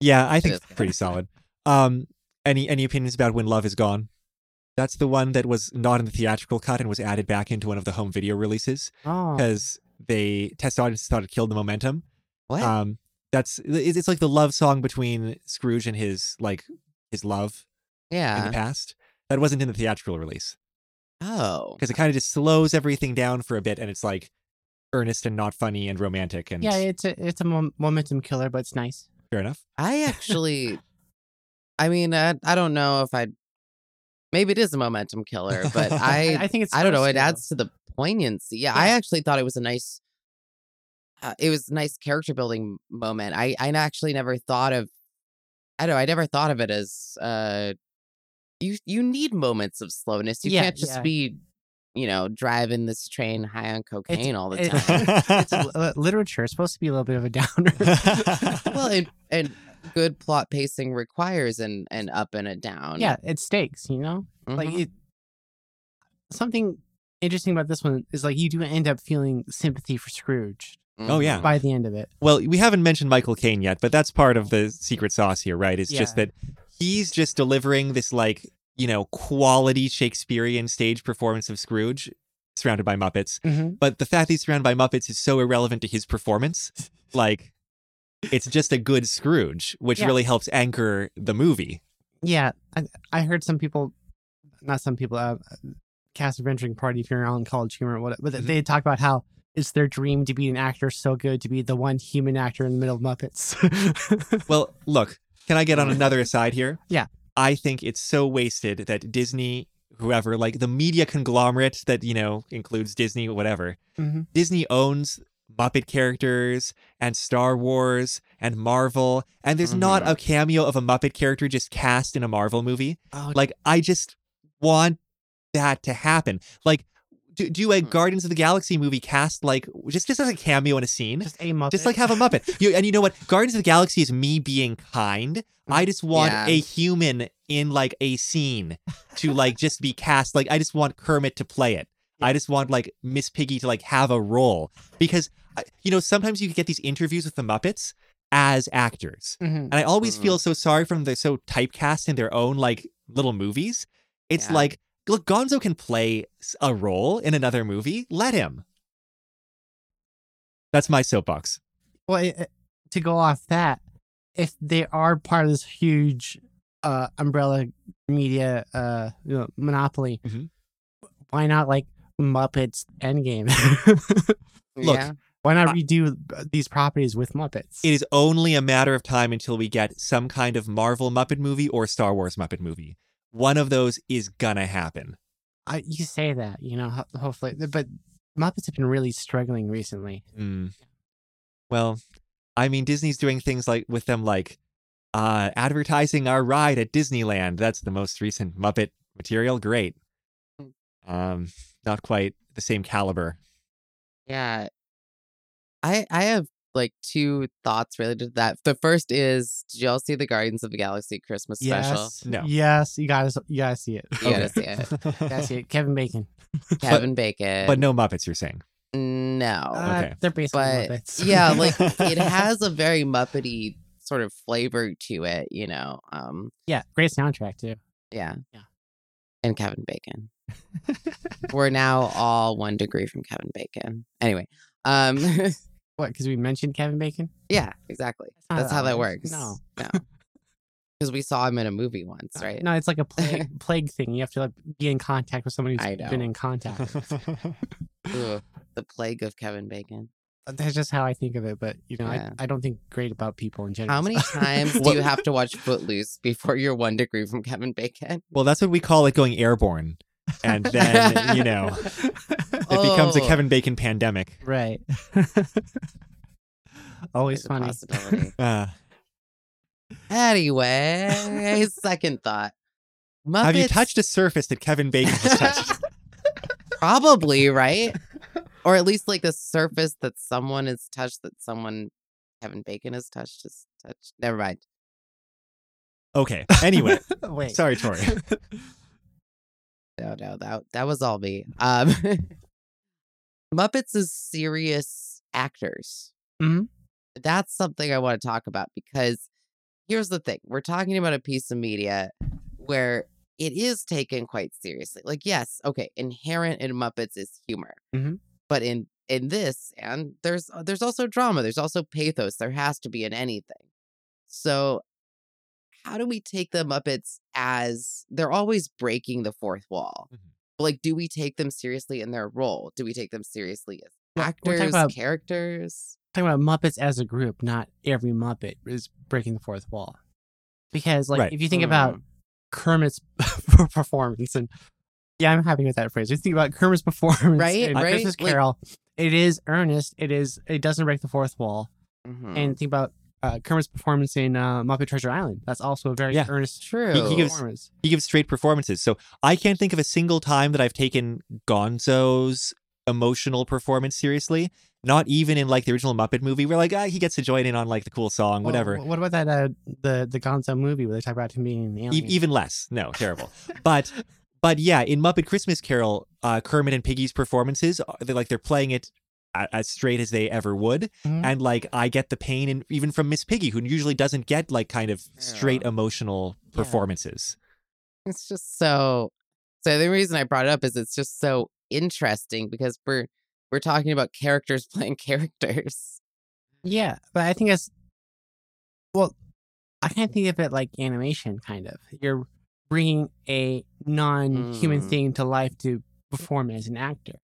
Speaker 1: Yeah, I think
Speaker 2: is
Speaker 1: it's pretty solid. Um, any any opinions about when love is gone? That's the one that was not in the theatrical cut and was added back into one of the home video releases
Speaker 3: Oh,
Speaker 1: because they test audiences thought it killed the momentum.
Speaker 2: What?
Speaker 1: Um, that's it's it's like the love song between Scrooge and his like his love in the
Speaker 2: Yeah.
Speaker 1: past. That wasn't in the theatrical release
Speaker 2: Oh.
Speaker 1: because it kind of just slows everything down for a bit, and it's like earnest and not funny and romantic. And
Speaker 3: Yeah, it's a it's a mom- momentum killer, but it's nice.
Speaker 1: fair enough.
Speaker 2: I actually, I mean, I, I don't know if I, maybe it is a momentum killer, but I,
Speaker 3: I, think it's.
Speaker 2: I don't know.
Speaker 3: supposed
Speaker 2: It
Speaker 3: to.
Speaker 2: adds to the poignancy. Yeah, I
Speaker 3: Yeah.
Speaker 2: actually thought it was a nice. Uh, it was a nice character building moment. I I actually never thought of. I don't. know, I never thought of it as. uh You you need moments of slowness. You
Speaker 3: Yeah,
Speaker 2: can't just
Speaker 3: yeah.
Speaker 2: be, you know, driving this train high on cocaine all the
Speaker 3: it- (laughs)
Speaker 2: time.
Speaker 3: It's li- literature. It's supposed to be a little bit of
Speaker 2: (laughs)
Speaker 3: a downer.
Speaker 1: (laughs)
Speaker 2: well, and and good plot pacing requires an an up and a down.
Speaker 3: yeah, it stakes. You know, like
Speaker 1: Mm-hmm.
Speaker 2: Mhm.
Speaker 3: it. Something interesting about this one is like you do end up feeling sympathy for Scrooge
Speaker 1: oh, yeah.
Speaker 2: Mhm.
Speaker 3: by the end of it.
Speaker 1: Well, we haven't mentioned Michael Caine yet, but that's part of the secret sauce here, right? It's just
Speaker 3: Yeah.
Speaker 1: that he's just delivering this like, you know, quality Shakespearean stage performance of Scrooge surrounded by Muppets.
Speaker 3: Mhm.
Speaker 1: But the fact that he's surrounded by Muppets is so irrelevant to his
Speaker 3: (laughs)
Speaker 1: performance. Like it's just a good Scrooge, which
Speaker 3: Yeah.
Speaker 1: really helps anchor the movie.
Speaker 3: Yeah, I, I heard some people, not some people, uh, cast of Venturing Party, if you're on College Humor, or whatever,
Speaker 1: Mm-hmm.
Speaker 3: but they talk about how it's their dream to be an actor so good to be the one human actor in the middle of Muppets. (laughs)
Speaker 1: Well, look, can I get on another aside here?
Speaker 3: Yeah.
Speaker 1: I think it's so wasted that Disney, whoever, like the media conglomerate that, you know, includes Disney, whatever,
Speaker 3: Mhm.
Speaker 1: Disney owns Muppet characters and Star Wars and Marvel. And there's not
Speaker 2: Mhm.
Speaker 1: a cameo of a Muppet character just cast in a Marvel movie.
Speaker 3: Oh,
Speaker 1: Like, I just want that to happen. Like, do, do a
Speaker 2: Hmm.
Speaker 1: Guardians of the Galaxy movie cast like just just as a cameo in a scene?
Speaker 3: just a Muppet.
Speaker 1: Just like have a Muppet. You, and you know what? Guardians of the Galaxy is me being kind. I just want
Speaker 2: Mm, Yeah.
Speaker 1: a human in like a scene to like just be cast. Like I just want Kermit to play it. I just want like Miss Piggy to like have a role because I- you know sometimes you get these interviews with the Muppets as actors,
Speaker 3: Mhm.
Speaker 1: and I always
Speaker 2: Mhm.
Speaker 1: feel so sorry for them. They're so typecast in their own like little movies. It's
Speaker 2: Yeah.
Speaker 1: like look, Gonzo can play s- a role in another movie. Let him. That's my soapbox.
Speaker 3: Well, it, it- to go off that, if they are part of this huge uh, umbrella media uh, you know, monopoly,
Speaker 1: Mhm.
Speaker 3: why not like Muppets Endgame? (laughs)
Speaker 1: Look,
Speaker 2: Yeah.
Speaker 3: why not
Speaker 1: I-
Speaker 3: redo uh, these properties with Muppets?
Speaker 1: It is only a matter of time until we get some kind of Marvel Muppet movie or Star Wars Muppet movie. One of those is gonna happen.
Speaker 3: I, you say that, you know, ho- hopefully, but Muppets have been really struggling recently.
Speaker 1: Mm. Well, I mean, Disney's doing things like with them, like uh, advertising our ride at Disneyland. That's the most recent Muppet material. Great. Um, not quite the same caliber. (laughs)
Speaker 2: Yeah. I I have like two thoughts related to that. The first is did y'all see the Guardians of the Galaxy Christmas special?
Speaker 3: Yes,
Speaker 1: No.
Speaker 3: yes, you gotta, you gotta
Speaker 1: (laughs)
Speaker 3: see it.
Speaker 2: You gotta see
Speaker 3: (laughs)
Speaker 2: it.
Speaker 3: That's it. Kevin Bacon.
Speaker 2: Kevin Bacon.
Speaker 1: but no Muppets, you're saying.
Speaker 2: no.
Speaker 3: Uh,
Speaker 1: Oh, Okay.
Speaker 3: they're basically
Speaker 2: But-
Speaker 3: Muppets.
Speaker 2: yeah,
Speaker 3: (laughs)
Speaker 2: like it has a very Muppety sort of flavor to it, you know. Um
Speaker 3: yeah, great soundtrack too.
Speaker 2: yeah.
Speaker 3: Yeah.
Speaker 2: And Kevin
Speaker 3: (laughs)
Speaker 2: Bacon. We're now all one degree from Kevin Bacon. Anyway. Um (laughs)
Speaker 3: What? Because we mentioned Kevin Bacon.
Speaker 2: yeah, exactly.
Speaker 3: not
Speaker 2: That's how that works.
Speaker 3: obvious. Uh, (laughs) No.
Speaker 2: No. Because we saw him in a movie once, right?
Speaker 3: No, it's like
Speaker 2: (laughs)
Speaker 3: a plague, plague thing. You have to like be in contact with somebody
Speaker 2: I
Speaker 3: who's been
Speaker 2: know.
Speaker 3: in
Speaker 2: (laughs)
Speaker 3: contact.
Speaker 2: Ugh, the plague of Kevin Bacon.
Speaker 3: That's just how I think of it. But you know,
Speaker 2: Yeah.
Speaker 3: I, I don't think great about people in general.
Speaker 1: (laughs)
Speaker 2: How
Speaker 3: (laughs)
Speaker 2: many
Speaker 3: so-
Speaker 2: times do
Speaker 1: What-
Speaker 2: you have to watch Footloose before you're one degree from Kevin Bacon?
Speaker 1: (laughs) well, that's what we call it going airborne. And then, you know, (laughs) it becomes a
Speaker 2: Oh.
Speaker 1: Kevin Bacon pandemic.
Speaker 2: (laughs)
Speaker 3: (laughs) Right. Always
Speaker 2: There's a
Speaker 1: (laughs)
Speaker 3: funny.
Speaker 2: possibility.
Speaker 1: Uh,
Speaker 2: anyway, second thought. Muppets,
Speaker 1: Have you touched a surface that Kevin
Speaker 2: (laughs)
Speaker 1: Bacon has touched? (laughs)
Speaker 2: Probably, right? or at least like the surface that someone has touched that someone Kevin Bacon has touched has touched. Never mind.
Speaker 1: okay.
Speaker 3: (laughs)
Speaker 1: Anyway,
Speaker 3: Wait.
Speaker 1: sorry, Tori.
Speaker 3: (laughs)
Speaker 2: No, no, that that was all me. Um, (laughs) Muppets is serious actors.
Speaker 3: Mhm.
Speaker 2: That's something I want to talk about because here's the thing: we're talking about a piece of media where it is taken quite seriously. Like, yes, okay, inherent in Muppets is humor,
Speaker 3: Mhm.
Speaker 2: but in in this and there's uh, there's also drama there's also pathos there has to be in anything so how do we take the muppets as they're always breaking the fourth wall
Speaker 1: Mhm.
Speaker 3: Mm-hmm.
Speaker 2: like do we take them seriously in their role do we take them seriously as
Speaker 3: Well, we're
Speaker 2: actors
Speaker 3: talking about-
Speaker 2: characters
Speaker 3: talking about Muppets as a group, not every Muppet is breaking the fourth wall. Because like
Speaker 1: Right.
Speaker 3: if you think about Kermit's (laughs) performance and yeah, I'm happy with that phrase. You think about Kermit's performance
Speaker 2: Right,
Speaker 3: in
Speaker 2: right?
Speaker 3: Christmas
Speaker 2: Like-
Speaker 3: Carol. it is earnest. It is. It doesn't break the fourth wall.
Speaker 2: Mhm.
Speaker 3: And think about uh, Kermit's performance in uh, Muppet Treasure Island. That's also a very
Speaker 1: Yeah.
Speaker 3: earnest
Speaker 2: true
Speaker 1: He- he gives-
Speaker 3: performance.
Speaker 1: He gives straight performances. So I can't think of a single time that I've taken Gonzo's emotional performance seriously. Not even in like the original Muppet movie, where like ah, he gets to join in on like the cool song,
Speaker 3: Well,
Speaker 1: whatever.
Speaker 3: what about that uh, the the Gonzo movie where they talk about him being an
Speaker 1: E-
Speaker 3: alien?
Speaker 1: even less. No, terrible. but (laughs) but yeah, in Muppet Christmas Carol, uh, Kermit and Piggy's performances, uh, they're like they're playing it a- as straight as they ever would
Speaker 3: Mhm.
Speaker 1: and like i get the pain and even from miss piggy who usually doesn't get like kind of straight
Speaker 2: Yeah.
Speaker 1: emotional
Speaker 3: Yeah.
Speaker 1: performances
Speaker 2: it's just so so the reason i brought it up is it's just so interesting because we're we're talking about characters (laughs) playing characters
Speaker 3: Yeah, but I think that's well, I kind of think of it like animation, kind of. You're bringing a non-human
Speaker 2: Mm.
Speaker 3: thing to life to perform as an actor.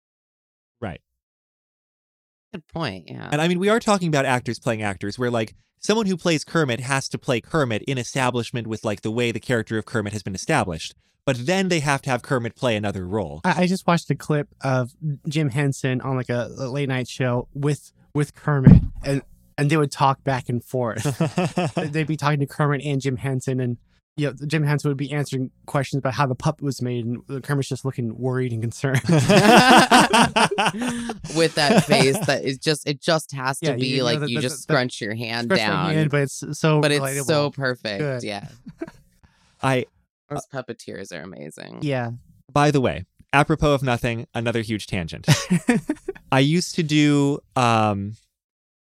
Speaker 2: good point yeah
Speaker 1: and i mean we are talking about actors playing actors where like someone who plays kermit has to play kermit in establishment with like the way the character of kermit has been established but then they have to have kermit play another role
Speaker 3: I, I just watched a clip of Jim Henson on like a, a late night show with with Kermit, and and they would talk back
Speaker 2: (laughs)
Speaker 3: and forth. (laughs) They'd be talking to Kermit and Jim Henson, and you know Jim Henson would be answering questions about how the puppet was made, and Kermit's just looking worried and
Speaker 2: (laughs)
Speaker 3: concerned. (laughs)
Speaker 2: with that face that it just it just has to
Speaker 3: Yeah,
Speaker 2: be
Speaker 3: you know
Speaker 2: like
Speaker 3: that-
Speaker 2: you
Speaker 3: that-
Speaker 2: just
Speaker 3: that- that-
Speaker 2: scrunch your hand
Speaker 3: Scratch my
Speaker 2: down
Speaker 3: hand, but it's so
Speaker 2: but it's
Speaker 3: relatable.
Speaker 2: so perfect
Speaker 3: Good.
Speaker 2: yeah
Speaker 1: (laughs) i
Speaker 2: those puppeteers are amazing
Speaker 3: yeah.
Speaker 1: by the way apropos of nothing another huge tangent I used to do um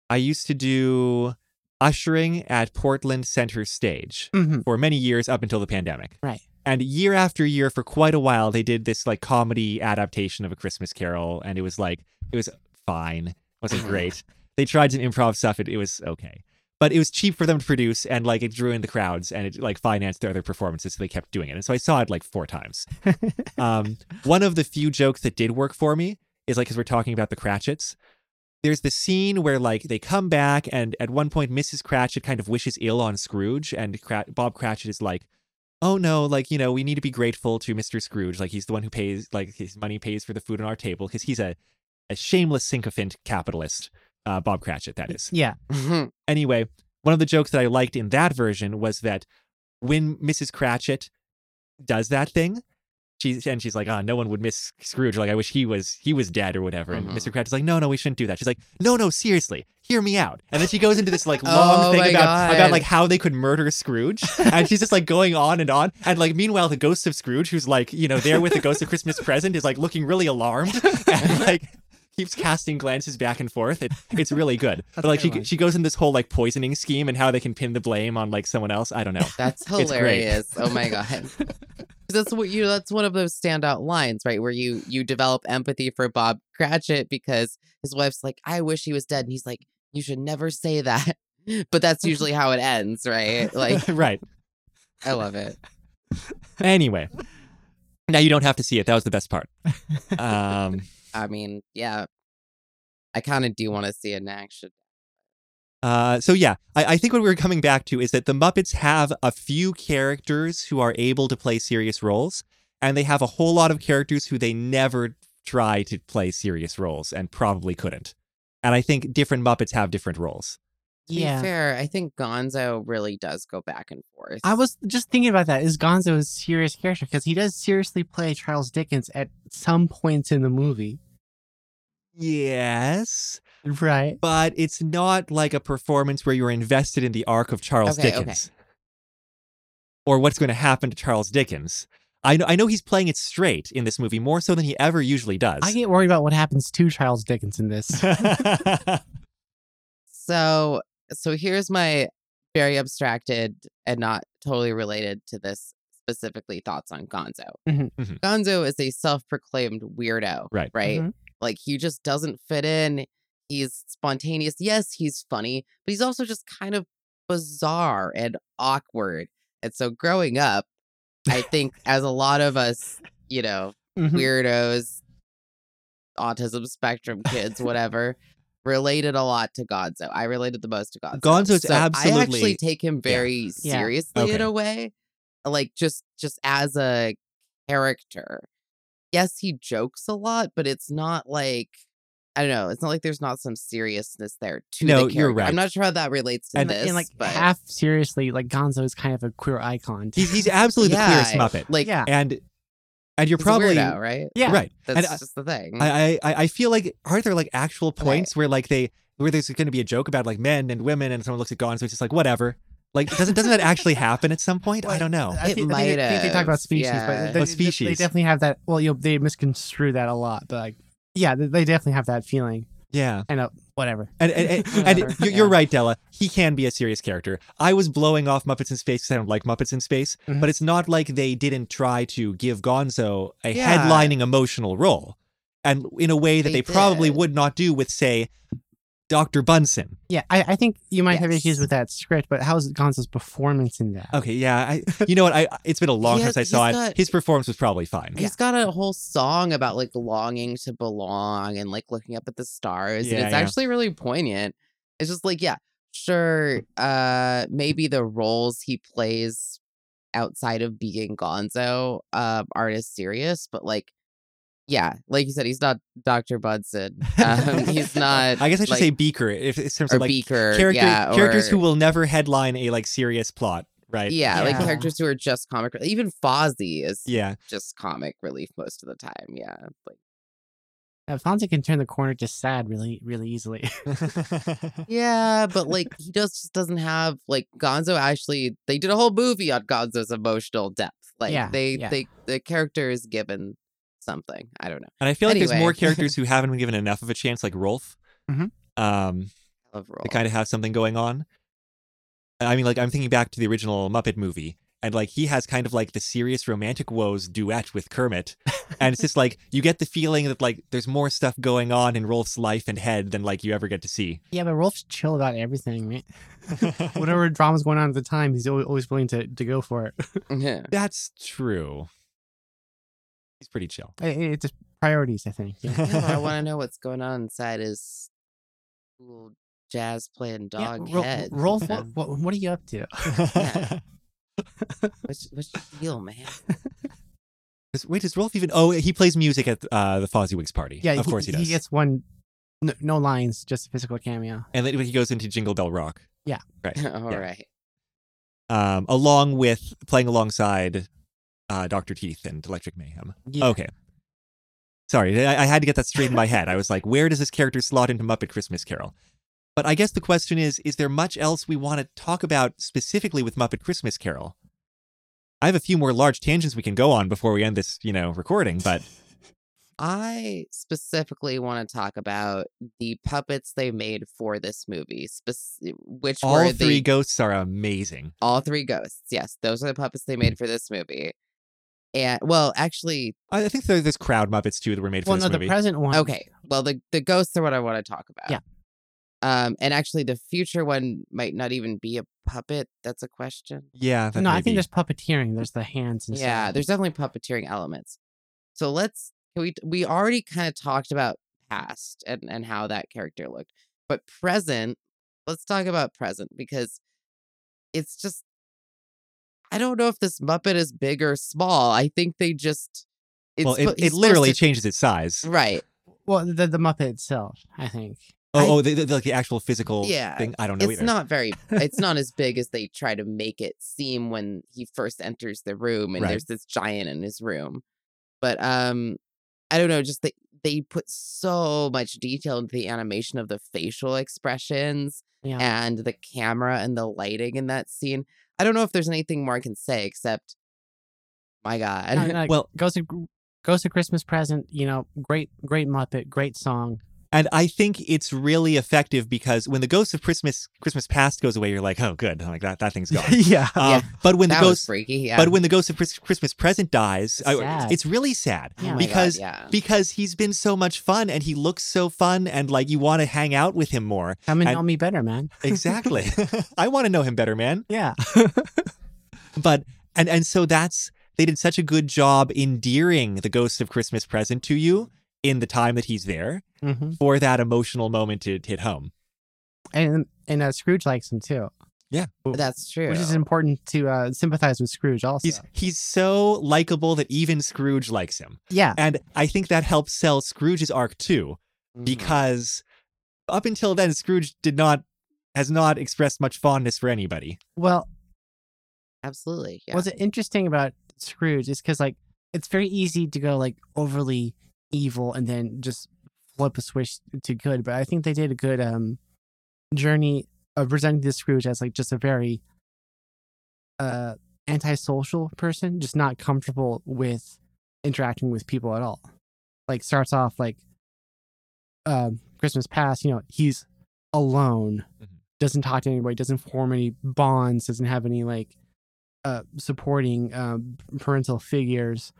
Speaker 1: I used to do ushering at Portland Center Stage
Speaker 3: Mhm.
Speaker 1: for many years up until the pandemic.
Speaker 3: Right.
Speaker 1: And year after year for quite a while they did this like comedy adaptation of a Christmas carol and it was like it was fine. It wasn't great. they tried some improv stuff, it, it was okay. But it was cheap for them to produce and like it drew in the crowds and it like financed their other performances, so they kept doing it. And so I saw it like four times. um, one of the few jokes that did work for me is like because we're talking about the Cratchits. There's the scene where like they come back and at one point Mrs. Cratchit kind of wishes ill on Scrooge and Crat- Bob Cratchit is like, "Oh no, like you know we need to be grateful to Mr. Scrooge. Like he's the one who pays like his money pays for the food on our table because he's a a shameless sycophant capitalist." Uh, Bob Cratchit, that is.
Speaker 3: Yeah.
Speaker 2: (laughs) Mhm.
Speaker 1: Anyway, one of the jokes that I liked in that version was that when Mrs. Cratchit does that thing, she's and she's like, "Ah, no one would miss Scrooge. Like, I wish he was he was dead or whatever." And
Speaker 2: Mhm.
Speaker 1: Mr. Cratchit's like, "No, no, we shouldn't do that." She's like, "No, no, seriously, hear me out." And then she goes into
Speaker 2: (laughs)
Speaker 1: this like long
Speaker 2: Oh
Speaker 1: thing
Speaker 2: my
Speaker 1: about about
Speaker 2: God.
Speaker 1: like how they could murder Scrooge, and she's just like going on and on. And like meanwhile, the ghost of Scrooge, who's like you know there with the ghost of Christmas Present, is like looking really alarmed (laughs) and like. Keeps casting glances back and forth. It, it's really
Speaker 3: (laughs)
Speaker 1: good. But like
Speaker 3: a
Speaker 1: she
Speaker 3: good one.
Speaker 1: she goes in this whole like poisoning scheme and how they can pin the blame on like someone else. I don't
Speaker 3: (laughs)
Speaker 1: know. (laughs)
Speaker 2: that's
Speaker 1: great.
Speaker 2: hilarious oh my god that's what you that's one of those standout lines right where you you develop empathy for bob cratchit because his wife's like i wish he was dead and he's like you should never say that (laughs) but that's usually how it ends right like
Speaker 1: right.
Speaker 2: i love
Speaker 3: (laughs)
Speaker 2: it
Speaker 1: Anyway. Now you don't have to see it. That was the best part.
Speaker 3: (laughs)
Speaker 1: Um
Speaker 2: i mean yeah i kind of do want to see it in action
Speaker 1: Uh, so yeah, I, I think what we were coming back to is that the Muppets have a few characters who are able to play serious roles, and they have a whole lot of characters who they never try to play serious roles and probably couldn't. And I think different Muppets have different roles.
Speaker 2: To be
Speaker 3: Yeah.
Speaker 2: fair, I think Gonzo really does go back and forth.
Speaker 3: I was just thinking about that. Is Gonzo a serious character? Because he does seriously play Charles Dickens at some points in the movie.
Speaker 1: Yes,
Speaker 3: Right.
Speaker 1: but it's not like a performance where you're invested in the arc of Charles
Speaker 2: Okay, okay.
Speaker 1: Dickens or what's going to happen to Charles Dickens. I know, I know he's playing it straight in this movie more so than he ever usually does. (laughs)
Speaker 3: I get worried about what happens to Charles Dickens in this.
Speaker 2: so so here's my very abstracted and not totally related to this specifically thoughts on Gonzo.
Speaker 3: Mhm.
Speaker 1: Mhm.
Speaker 2: Gonzo is a self-proclaimed weirdo,
Speaker 1: Right.
Speaker 2: (laughs) Right.
Speaker 3: Mhm.
Speaker 2: Like he just doesn't fit in. He's spontaneous. Yes, he's funny, but he's also just kind of bizarre and awkward. And so growing up, I think as a lot of us, you know,
Speaker 1: Mm-hmm.
Speaker 3: Mhm.
Speaker 2: weirdos, autism spectrum kids, whatever, related a lot to Gonzo. I related the most to Gonzo.
Speaker 1: Gonzo's
Speaker 2: So I
Speaker 1: absolutely-
Speaker 2: actually take him very
Speaker 3: Yeah.
Speaker 2: seriously in
Speaker 1: Okay.
Speaker 2: a way, like just just as a character. Yes, he jokes a lot, but it's not like. I don't know. It's not like there's not some seriousness there to
Speaker 1: No,
Speaker 2: the
Speaker 1: you're
Speaker 2: character.
Speaker 1: right.
Speaker 2: I'm not sure how that relates to
Speaker 1: And-
Speaker 2: this,
Speaker 3: and like
Speaker 2: but
Speaker 3: half seriously, like Gonzo is kind of a queer icon.
Speaker 1: He's, he's absolutely
Speaker 2: Yeah,
Speaker 1: the queerest Muppet.
Speaker 2: like
Speaker 3: yeah,
Speaker 1: And and you're
Speaker 2: he's a
Speaker 1: probably uh,
Speaker 2: weirdo, right? Mm-hmm.
Speaker 3: yeah,
Speaker 1: right.
Speaker 2: That's
Speaker 1: I-
Speaker 2: just the thing.
Speaker 1: I, I I I feel like are there like actual points where like they where there's going to be a joke about like men and women and someone looks at Gonzo it's just like whatever like doesn't doesn't that actually happen at some point I
Speaker 3: Well,
Speaker 1: don't know
Speaker 3: I
Speaker 2: It
Speaker 3: think, I think-
Speaker 2: might
Speaker 3: I think they talk
Speaker 2: have,
Speaker 3: about species,
Speaker 2: yeah.
Speaker 3: but they,
Speaker 1: Oh,
Speaker 3: they- They,
Speaker 1: species.
Speaker 3: definitely have that. Well, you know, they misconstrue that a lot, but like, yeah, they, they definitely have that feeling.
Speaker 1: yeah
Speaker 3: And uh, whatever.
Speaker 1: and and, and, and
Speaker 2: Whatever,
Speaker 1: you- you're
Speaker 2: yeah.
Speaker 1: right Della he can be a serious character I was blowing off Muppets in Space because I don't like Muppets in Space
Speaker 2: Mm-hmm.
Speaker 3: Mhm.
Speaker 1: but it's not like they didn't try to give Gonzo a
Speaker 2: Yeah.
Speaker 1: headlining emotional role and in a way that they,
Speaker 2: They
Speaker 1: probably
Speaker 2: did.
Speaker 1: would not do with say Dr Bunsen
Speaker 3: Yeah, I, I think you might have issues
Speaker 2: Yes.
Speaker 3: with that script, but how's Gonzo's performance in that?
Speaker 1: okay yeah I you know what I it's
Speaker 2: (laughs)
Speaker 1: been a long time
Speaker 2: Yeah,
Speaker 1: since I
Speaker 2: he's
Speaker 1: saw it
Speaker 2: got-
Speaker 1: his performance was probably fine.
Speaker 2: He's got a whole song about like longing to belong and like looking up at the stars.
Speaker 1: Yeah,
Speaker 2: and it's
Speaker 1: yeah.
Speaker 2: actually really poignant. It's just like, yeah, sure, uh, maybe the roles he plays outside of being Gonzo um, aren't as serious, but like, yeah, like you said, he's not
Speaker 1: (laughs)
Speaker 2: Dr. Budson. Um, he's not.
Speaker 1: I guess I should
Speaker 2: like,
Speaker 1: say Beaker if in terms
Speaker 2: or
Speaker 1: of like
Speaker 2: Beaker.
Speaker 1: character,
Speaker 2: yeah,
Speaker 1: characters
Speaker 2: or-
Speaker 1: who will never headline a like serious plot, right?
Speaker 2: Yeah, like
Speaker 3: Yeah.
Speaker 2: characters who are just comic. Even Fozzie is
Speaker 1: Yeah.
Speaker 2: just comic relief most of the time. Yeah, like
Speaker 3: Uh, Fonzie can turn the corner to sad really, really easily. (laughs)
Speaker 2: (laughs) Yeah, but like he just just doesn't have like Gonzo actually they did a whole movie on Gonzo's emotional depth. Like
Speaker 3: Yeah,
Speaker 2: they
Speaker 3: yeah.
Speaker 2: they the character is given something. I don't know.
Speaker 1: and I feel like there's more
Speaker 2: Anyway.
Speaker 1: characters who haven't been given enough of a chance, like Rolf.
Speaker 3: Mhm.
Speaker 1: Um,
Speaker 2: Overall.
Speaker 1: they kind of have something going on. I mean, like I'm thinking back to the original Muppet movie, and like he has kind of like the serious romantic woes duet with Kermit, and it's just like you get the feeling that like there's more stuff going on in Rolf's life and head than like you ever get to see.
Speaker 3: yeah, but Rolf's chill about
Speaker 1: (laughs)
Speaker 3: everything, right? Whatever drama's going on at the time, he's always, always willing to, to go for it.
Speaker 2: (laughs)
Speaker 3: (laughs)
Speaker 1: That's true. He's pretty chill.
Speaker 3: I- I- It's just priorities, I think.
Speaker 1: (laughs)
Speaker 3: Yeah.
Speaker 2: Yeah, but I wanna know what's going on inside his cool jazz playing
Speaker 3: Yeah,
Speaker 2: dog
Speaker 3: Ro-
Speaker 2: head.
Speaker 1: (laughs)
Speaker 3: Rolf,
Speaker 2: you
Speaker 3: what,
Speaker 2: know?
Speaker 3: what, what are you up to?
Speaker 2: Yeah. (laughs) What's what's your deal, man? (laughs)
Speaker 1: Does- Wait, does Rolf even? Oh, he plays music at uh, the Fozzie party.
Speaker 3: Yeah,
Speaker 1: of course he, does.
Speaker 3: He gets one, no, no lines, just a physical cameo.
Speaker 1: and then he goes into Jingle Bell Rock,
Speaker 2: All
Speaker 1: Yeah.
Speaker 2: right.
Speaker 1: um, along with playing alongside uh, Doctor Teeth and Electric Mayhem.
Speaker 3: Yeah. Oh.
Speaker 1: Okay, sorry, I, I had to get that straight in my head. I was like, where does this character slot into Muppet Christmas Carol? But I guess the question is: Is there much else we want to talk about specifically with Muppet Christmas Carol? I have a few more large tangents we can go on before we end this, you know, recording.
Speaker 3: (laughs)
Speaker 1: But
Speaker 2: I specifically want to talk about the puppets they made for this movie, spec- which
Speaker 1: all
Speaker 2: were
Speaker 1: three
Speaker 2: the
Speaker 1: ghosts are amazing.
Speaker 2: all three ghosts. Yes, those are the puppets they
Speaker 3: Mm.
Speaker 2: made for this movie. And well, actually,
Speaker 1: I I think there, there's crowd Muppets too that were made for
Speaker 3: Well,
Speaker 1: this
Speaker 3: no,
Speaker 1: movie.
Speaker 3: the present one.
Speaker 2: okay. Well, the the ghosts are what I want to talk about.
Speaker 3: Yeah.
Speaker 2: Um, and actually, the future one might not even be a puppet. That's a question.
Speaker 1: yeah, that
Speaker 3: no,
Speaker 1: may
Speaker 3: I
Speaker 1: be.
Speaker 3: think there's puppeteering. There's the hands and
Speaker 2: Yeah,
Speaker 3: stuff.
Speaker 2: there's definitely puppeteering elements. So let's can we we already kind of talked about past and and how that character looked, but present. Let's talk about present because it's just I don't know if this Muppet is big or small. I think they just it's
Speaker 1: well,
Speaker 2: spo-
Speaker 1: it,
Speaker 2: he's
Speaker 1: it
Speaker 2: supposed
Speaker 1: literally
Speaker 2: to-
Speaker 1: changes its size.
Speaker 2: right.
Speaker 3: Well, the, the Muppet itself, I think.
Speaker 1: Oh,
Speaker 2: I-
Speaker 1: oh, the, the, like the actual physical
Speaker 2: Yeah,
Speaker 1: thing. I don't know
Speaker 2: It's
Speaker 1: either.
Speaker 2: not very. It's not as big as they try to make it seem when he first enters the room, and
Speaker 1: Right.
Speaker 2: there's this giant in his room. But um, I don't know. Just they they put so much detail into the animation of the facial expressions
Speaker 3: Yeah.
Speaker 2: and the camera and the lighting in that scene. I don't know if there's anything more I can say except, my (laughs) God,
Speaker 3: No, no,
Speaker 1: Well-
Speaker 3: Ghost of, Ghost of Christmas Present, you know, great, great Muppet, great song.
Speaker 1: And I think it's really effective because when the ghost of Christmas Christmas past goes away, you're like, oh, good, I'm like that that thing's
Speaker 2: (laughs)
Speaker 1: gone.
Speaker 3: (laughs) yeah.
Speaker 1: Um, But when
Speaker 2: that
Speaker 1: the
Speaker 2: was
Speaker 1: ghost,
Speaker 2: freaky. Yeah.
Speaker 1: but when the ghost of Chris- Christmas present dies,
Speaker 3: It's
Speaker 1: I-
Speaker 3: sad.
Speaker 1: it's really sad
Speaker 3: Yeah. Oh my God,
Speaker 1: because
Speaker 2: yeah.
Speaker 1: because he's been so much fun and he looks so fun and like you want to hang out with him more.
Speaker 3: Come and
Speaker 1: I-
Speaker 3: know me better, man.
Speaker 2: (laughs)
Speaker 1: Exactly. I want to know him better, man.
Speaker 3: Yeah.
Speaker 1: But and and so that's they did such a good job endearing the ghost of Christmas present to you in the time that he's there
Speaker 3: hmm
Speaker 1: for that emotional moment to hit home.
Speaker 3: And and uh, Scrooge likes him too,
Speaker 2: that's true.
Speaker 3: which is important to uh, sympathize with Scrooge also.
Speaker 1: He's he's so likable that even Scrooge likes him.
Speaker 3: yeah.
Speaker 1: And I think that helps sell Scrooge's arc too
Speaker 3: Mm-hmm.
Speaker 2: Mhm.
Speaker 1: because up until then Scrooge did not has not expressed much fondness for anybody.
Speaker 3: Well,
Speaker 2: absolutely. Yeah.
Speaker 3: what's interesting about Scrooge is because like it's very easy to go like overly evil and then just flip a switch to good. But I think they did a good um journey of presenting this Scrooge as like just a very uh antisocial person, just not comfortable with interacting with people at all. Like starts off like um Christmas past, you know, he's alone,
Speaker 1: Mhm.
Speaker 3: doesn't talk to anybody, doesn't form any bonds, doesn't have any like uh, supporting uh, parental figures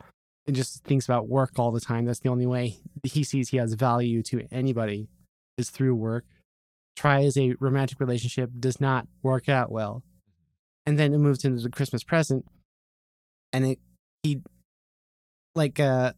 Speaker 3: and just thinks about work all the time. That's the only way he sees he has value to anybody is through work. Tries a romantic relationship, does not work out well. And then it moves into the Christmas present. And it, he, like, uh,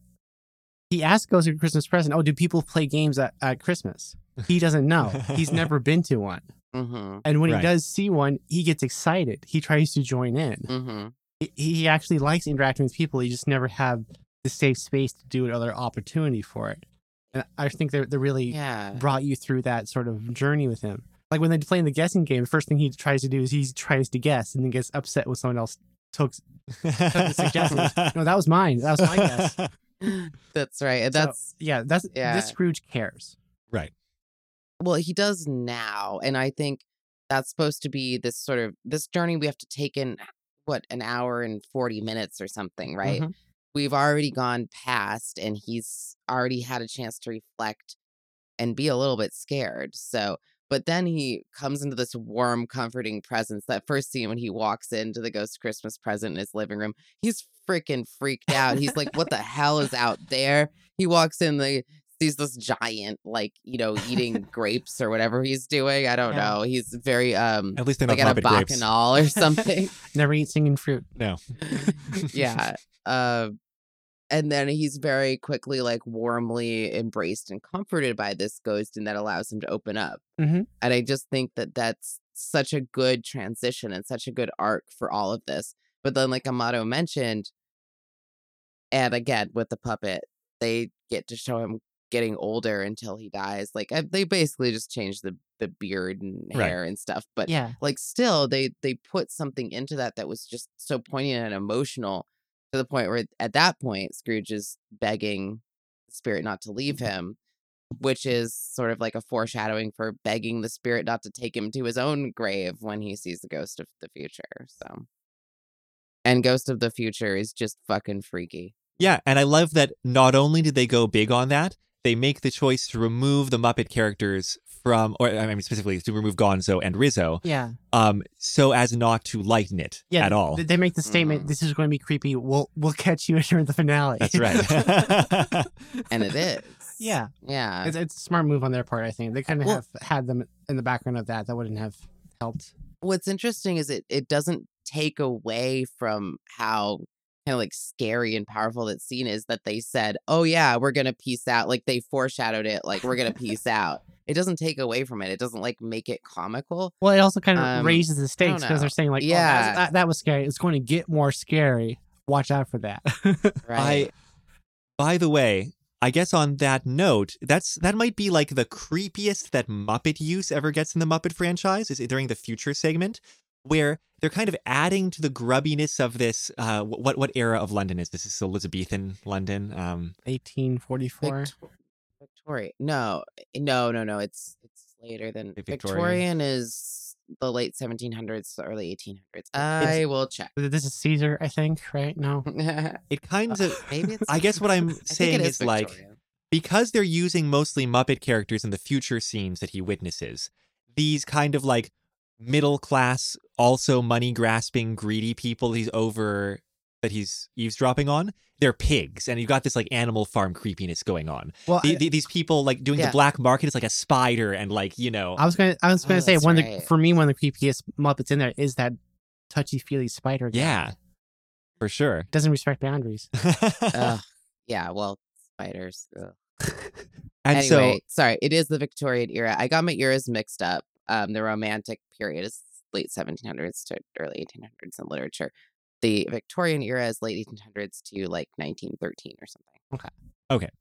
Speaker 3: he asks goes to Christmas present, oh, do people play games at, at Christmas? He doesn't know. He's never been to one.
Speaker 2: Mm-hmm.
Speaker 3: And when
Speaker 1: Right.
Speaker 3: he does see one, he gets excited. He tries to join in
Speaker 2: Mm-hmm.
Speaker 3: he- he actually likes interacting with people. You just never have the safe space to do another opportunity for it. And I think they they really
Speaker 2: Yeah.
Speaker 3: brought you through that sort of journey with him. Like when they're playing the guessing game, first thing he tries to do is he tries to guess and then gets upset when someone else took, took the suggestion.
Speaker 1: (laughs)
Speaker 3: no, that was mine. That was my guess.
Speaker 2: That's right. And
Speaker 3: So,
Speaker 2: That's
Speaker 3: yeah. That's
Speaker 2: yeah.
Speaker 3: this Scrooge cares.
Speaker 1: right.
Speaker 2: well, he does now, and I think that's supposed to be this sort of this journey we have to take in what an hour and forty minutes or something, right?
Speaker 3: Mhm.
Speaker 2: We've already gone past, and he's already had a chance to reflect and be a little bit scared. So, but then he comes into this warm, comforting presence. That first scene when he walks into the ghost Christmas present in his living room, he's freaking freaked out. He's like, "What the hell is out there?" He walks in the sees this giant like you know eating grapes or whatever he's doing i don't
Speaker 3: Yeah.
Speaker 2: know Oh, he's very um
Speaker 1: At least they're not
Speaker 2: like at a
Speaker 1: carpet grapes.
Speaker 2: bacchanal or
Speaker 1: (laughs)
Speaker 2: something
Speaker 3: Never eat singing fruit.
Speaker 1: No.
Speaker 2: yeah um and then he's very quickly like warmly embraced and comforted by this ghost and that allows him to open up
Speaker 1: Mm-hmm.
Speaker 3: Mhm.
Speaker 2: and i just think that that's such a good transition and such a good arc for all of this but then like amato mentioned and again with the puppet they get to show him getting older until he dies like I, they basically just changed the the beard and
Speaker 1: Right.
Speaker 2: hair and stuff but
Speaker 3: Yeah.
Speaker 2: like still they they put something into that that was just so poignant and emotional to the point where at that point scrooge is begging the spirit not to leave him which is sort of like a foreshadowing for begging the spirit not to take him to his own grave when he sees the ghost of the future so and ghost of the future is just fucking freaky
Speaker 1: (laughs) Yeah, and I love that not only did they go big on that, they make the choice to remove the Muppet characters from, or I mean specifically to remove Gonzo and Rizzo,
Speaker 3: Yeah.
Speaker 1: um, so as not to lighten it
Speaker 3: Yeah.
Speaker 1: at all.
Speaker 3: They, they make the statement,
Speaker 2: Mm.
Speaker 3: this is going to be creepy. We'll, we'll catch you during the finale.
Speaker 1: That's
Speaker 3: (laughs)
Speaker 1: right. (laughs)
Speaker 2: and it is
Speaker 3: yeah.
Speaker 2: yeah
Speaker 3: It's, it's a smart move on their part, I think. They couldn't
Speaker 2: Uh, Well-
Speaker 3: have had them in the background of that. That wouldn't have helped.
Speaker 2: what's interesting is it it doesn't take away from how kind of like scary and powerful that scene is that they said, "Oh yeah, we're going to peace out." Like they foreshadowed it like we're going to
Speaker 1: (laughs)
Speaker 2: peace out. It doesn't take away from it. It doesn't like make it comical.
Speaker 3: Well, it also kind of
Speaker 2: Um,
Speaker 3: raises the stakes
Speaker 2: know.
Speaker 3: because they're saying like, "Yeah,
Speaker 2: Yeah.
Speaker 3: that, that was scary. It's going to get more scary. Watch out for (laughs) that."
Speaker 1: I,
Speaker 2: Right.
Speaker 1: by the way, I guess on that note, that's that might be like the creepiest that Muppet use ever gets in the Muppet franchise is during the future segment, where they're kind of adding to the grubbiness of this. Uh, wh- what what era of London is this? This is Elizabethan London. Um,
Speaker 3: Eighteen forty-four.
Speaker 2: Victor- Victorian. No. eh, No, no, no. It's it's later than
Speaker 1: The Victorian.
Speaker 2: Victorian is the late 1700s, the early 1800s. I will check.
Speaker 3: This is Caesar, I think. Right? No.
Speaker 2: (laughs) Maybe
Speaker 1: it kind of.
Speaker 2: it's
Speaker 1: I guess what I'm
Speaker 2: (laughs) I think
Speaker 1: saying
Speaker 2: it
Speaker 1: is like
Speaker 2: Victorian.
Speaker 1: because they're using mostly Muppet characters in the future scenes that he witnesses, these kind of like middle class, also money grasping, greedy people he's over that he's eavesdropping on, they're pigs. And you've got this like animal farm creepiness going on.
Speaker 3: Well,
Speaker 1: The, the- these people like doing
Speaker 2: Yeah.
Speaker 1: the black market is like a spider and like, you know,
Speaker 3: I, I was gonna, I was
Speaker 2: Oh,
Speaker 3: gonna say
Speaker 2: that's
Speaker 3: one. Of the,
Speaker 2: right.
Speaker 3: for me, one of the creepiest Muppets in there is that touchy feely spider. guy.
Speaker 1: yeah, for sure. (laughs)
Speaker 3: doesn't respect boundaries.
Speaker 2: Ugh. yeah, well, spiders. ugh.
Speaker 1: and so
Speaker 2: anyway, sorry, it is the Victorian era. I got my eras mixed up. Um, the Romantic period is late 1700s to early 1800s in literature. The Victorian era is late 1800s to like 1913 or something.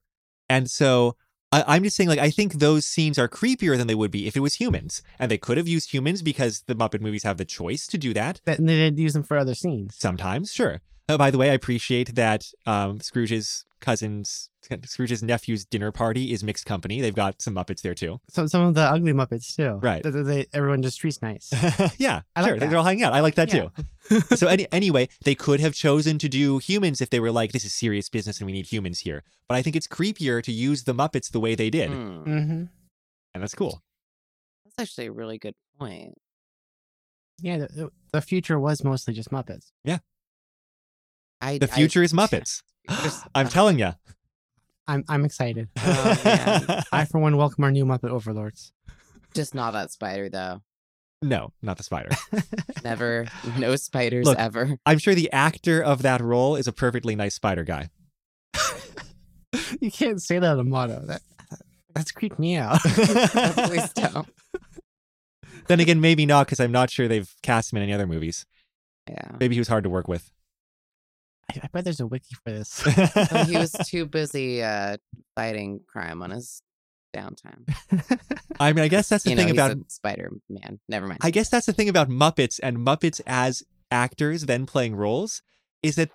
Speaker 1: And so I, I'm just saying, like, I think those scenes are creepier than they would be if it was humans. And they could have used humans because the Muppet movies have the choice to do that
Speaker 3: That- and they didn't use them for other scenes.
Speaker 1: sometimes, sure. Uh, by the way, I appreciate that um, Scrooge's cousin's, Scrooge's nephew's dinner party is mixed company. They've got some Muppets there too. (laughs)
Speaker 3: So some of the ugly Muppets too.
Speaker 1: Right.
Speaker 3: That- that they- everyone just
Speaker 2: (laughs)
Speaker 3: treats nice.
Speaker 1: yeah,
Speaker 3: I like
Speaker 1: sure.
Speaker 3: that.
Speaker 1: They're all hanging out. I like that
Speaker 3: Yeah. (laughs)
Speaker 1: too. so any, anyway, they could have chosen to do humans if they were like, this is serious business and we need humans here. But I think it's creepier to use the Muppets the way they did.
Speaker 2: Hmm,
Speaker 3: hmm
Speaker 1: And that's cool.
Speaker 2: That's actually a really good point.
Speaker 3: Yeah. The, the future was mostly just Muppets.
Speaker 2: I,
Speaker 1: The
Speaker 2: I-
Speaker 1: future
Speaker 3: (laughs)
Speaker 1: is Muppets.
Speaker 2: Just-
Speaker 1: (gasps) I'm
Speaker 2: uh,
Speaker 1: telling you.
Speaker 3: I'm,
Speaker 1: (laughs)
Speaker 3: I'm excited.
Speaker 2: (laughs) Oh, man.
Speaker 3: I for one welcome our new Muppet overlords.
Speaker 2: just not that spider though.
Speaker 1: no, not the spider. (laughs)
Speaker 2: Never, (laughs) no spiders
Speaker 1: Look, (laughs)
Speaker 2: ever. (laughs)
Speaker 1: I'm sure the actor of that role is a perfectly nice spider guy.
Speaker 3: You can't say that on a motto. That that's creeped me out. (laughs)
Speaker 1: (laughs)
Speaker 2: Please don't.
Speaker 1: then again, maybe not because I'm not sure they've cast him in any other movies.
Speaker 2: Yeah.
Speaker 1: Maybe he was hard to work with.
Speaker 3: I, I bet there's a wiki for this.
Speaker 1: (laughs)
Speaker 2: Well, he was too busy uh, fighting crime on his downtime.
Speaker 1: I mean, I guess that's the
Speaker 2: you know,
Speaker 1: thing
Speaker 2: he's
Speaker 1: about
Speaker 2: a Spider Man. Never mind.
Speaker 1: I guess that's the thing about Muppets and Muppets as actors then playing roles is that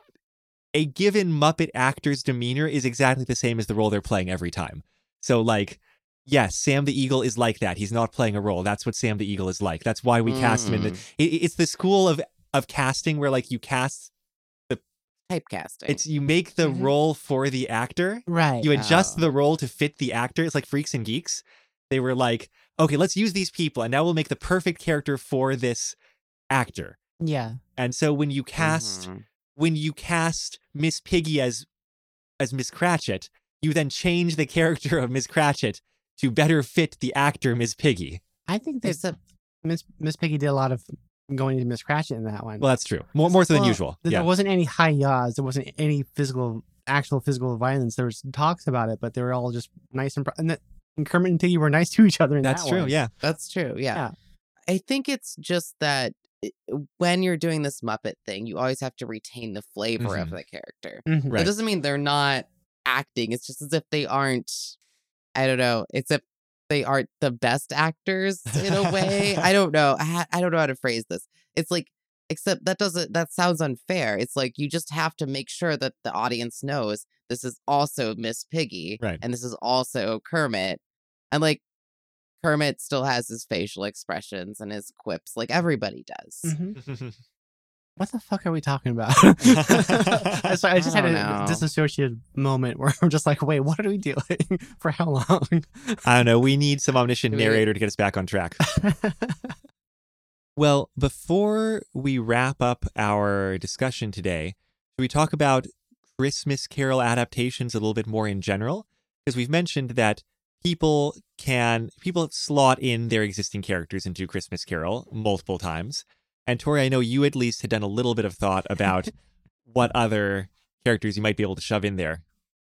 Speaker 1: a given Muppet actor's demeanor is exactly the same as the role they're playing every time. So like yes, Sam the Eagle is like that. He's not playing a role. That's what Sam the Eagle is like. That's why we cast him in the
Speaker 2: Mm,
Speaker 1: it, it's the school of of casting where like you cast
Speaker 2: typecasting.
Speaker 1: it's you make the
Speaker 3: Mhm.
Speaker 1: role for the actor
Speaker 3: right.
Speaker 1: you adjust
Speaker 2: Oh.
Speaker 1: the role to fit the actor. It's like Freaks and Geeks. They were like, okay, let's use these people, and now we'll make the perfect character for this actor.
Speaker 3: yeah.
Speaker 1: And so when you cast
Speaker 2: Mhm.
Speaker 1: when you cast Miss Piggy as as Miss Cratchit, you then change the character of Miss Cratchit to better fit the actor Miss Piggy.
Speaker 3: I think that
Speaker 2: It's a
Speaker 3: Miss Miss Piggy did a lot of going to Miss Cratchit in that one.
Speaker 1: Well, that's true. More more so than
Speaker 3: Well,
Speaker 1: usual.
Speaker 3: Th-
Speaker 1: Yeah.
Speaker 3: There wasn't any high yaws. There wasn't any physical, actual physical violence. There was talks about it, but they were all just nice and. Pro- and, that, and Kermit and Tiggy were nice to each other. In
Speaker 1: That's
Speaker 3: that
Speaker 1: true.
Speaker 3: one. (laughs)
Speaker 1: Yeah.
Speaker 2: that's true. Yeah.
Speaker 3: Yeah.
Speaker 2: I think it's just that it- when you're doing this Muppet thing, you always have to retain the flavor of
Speaker 1: Mhm.
Speaker 2: the character.
Speaker 3: Mhm.
Speaker 1: Right.
Speaker 2: It doesn't mean they're not acting. It's just as if they aren't. I don't know. It's if they aren't the best actors in a way. I don't know. I, ha- I don't know how to phrase this. It's like, except that doesn't. That sounds unfair. It's like you just have to make sure that the audience knows this is also Miss Piggy,
Speaker 1: Right.
Speaker 2: and this is also Kermit, and like Kermit still has his facial expressions and his quips, like everybody does.
Speaker 3: Mhm. What the fuck are we
Speaker 1: (laughs)
Speaker 3: talking about? (laughs)
Speaker 1: I
Speaker 3: so I just had a
Speaker 2: don't know.
Speaker 3: disassociated moment where I'm just like, wait, what are we doing? (laughs) For how long? (laughs)
Speaker 1: I don't know. We need some omniscient
Speaker 2: Do we-
Speaker 1: narrator to get us back on track. Well, before we wrap up our discussion today, should we talk about Christmas Carol adaptations a little bit more in general? Because we've mentioned that people can people slot in their existing characters into Christmas Carol multiple times. And Tori, I know you at least had done a little bit of thought
Speaker 2: (laughs)
Speaker 1: about what other characters you might be able to shove in there.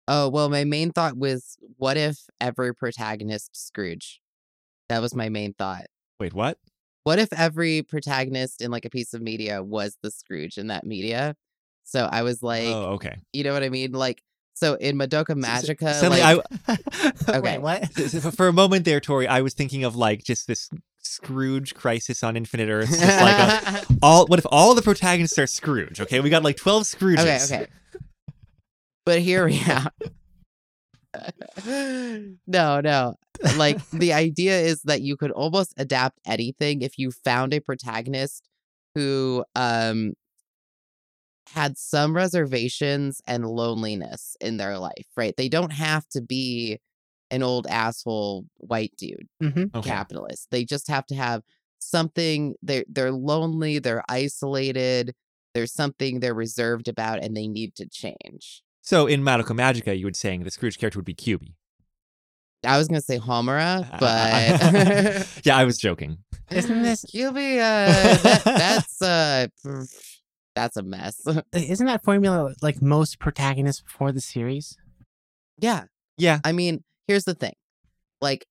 Speaker 2: Oh, well, my main thought was what if every protagonist Scrooge? That was my main thought.
Speaker 1: Wait, what?
Speaker 2: What if every protagonist in like a piece of media was the Scrooge in that media? So I was like,
Speaker 1: oh, okay.
Speaker 2: you know what I mean? Like, so in Madoka
Speaker 1: S- s-
Speaker 2: Magica,
Speaker 1: Suddenly,
Speaker 2: uh, (laughs) like,
Speaker 1: I,
Speaker 2: Okay.
Speaker 3: Wait, what?
Speaker 1: (laughs) S- s- For a moment there, Tori, I was thinking of like just this Scrooge crisis on Infinite Earth. Just like a, all what if all the protagonists are Scrooge? Okay, we got like twelve Scrooges.
Speaker 2: okay, okay. But here we are. no, no. Like the idea is that you could almost adapt anything if you found a protagonist who um had some reservations and loneliness in their life, right? They don't have to be an old asshole white dude
Speaker 3: hmm
Speaker 1: Okay.
Speaker 2: capitalist. They just have to have something they're they're lonely, they're isolated, there's something they're reserved about and they need to change.
Speaker 1: So in Madoka Magica, you would saying the Scrooge character would be Cubie.
Speaker 2: I was gonna say
Speaker 3: Uh,
Speaker 2: Homura,
Speaker 1: I-
Speaker 2: Uh, (laughs) but
Speaker 1: (laughs) yeah, I was joking.
Speaker 3: Isn't this-
Speaker 2: you'll be uh that,
Speaker 3: (laughs)
Speaker 2: that's uh pff, that's a mess.
Speaker 3: Isn't that formula like most protagonists before the series?
Speaker 2: yeah.
Speaker 1: Yeah.
Speaker 2: I mean, here's the thing. Like,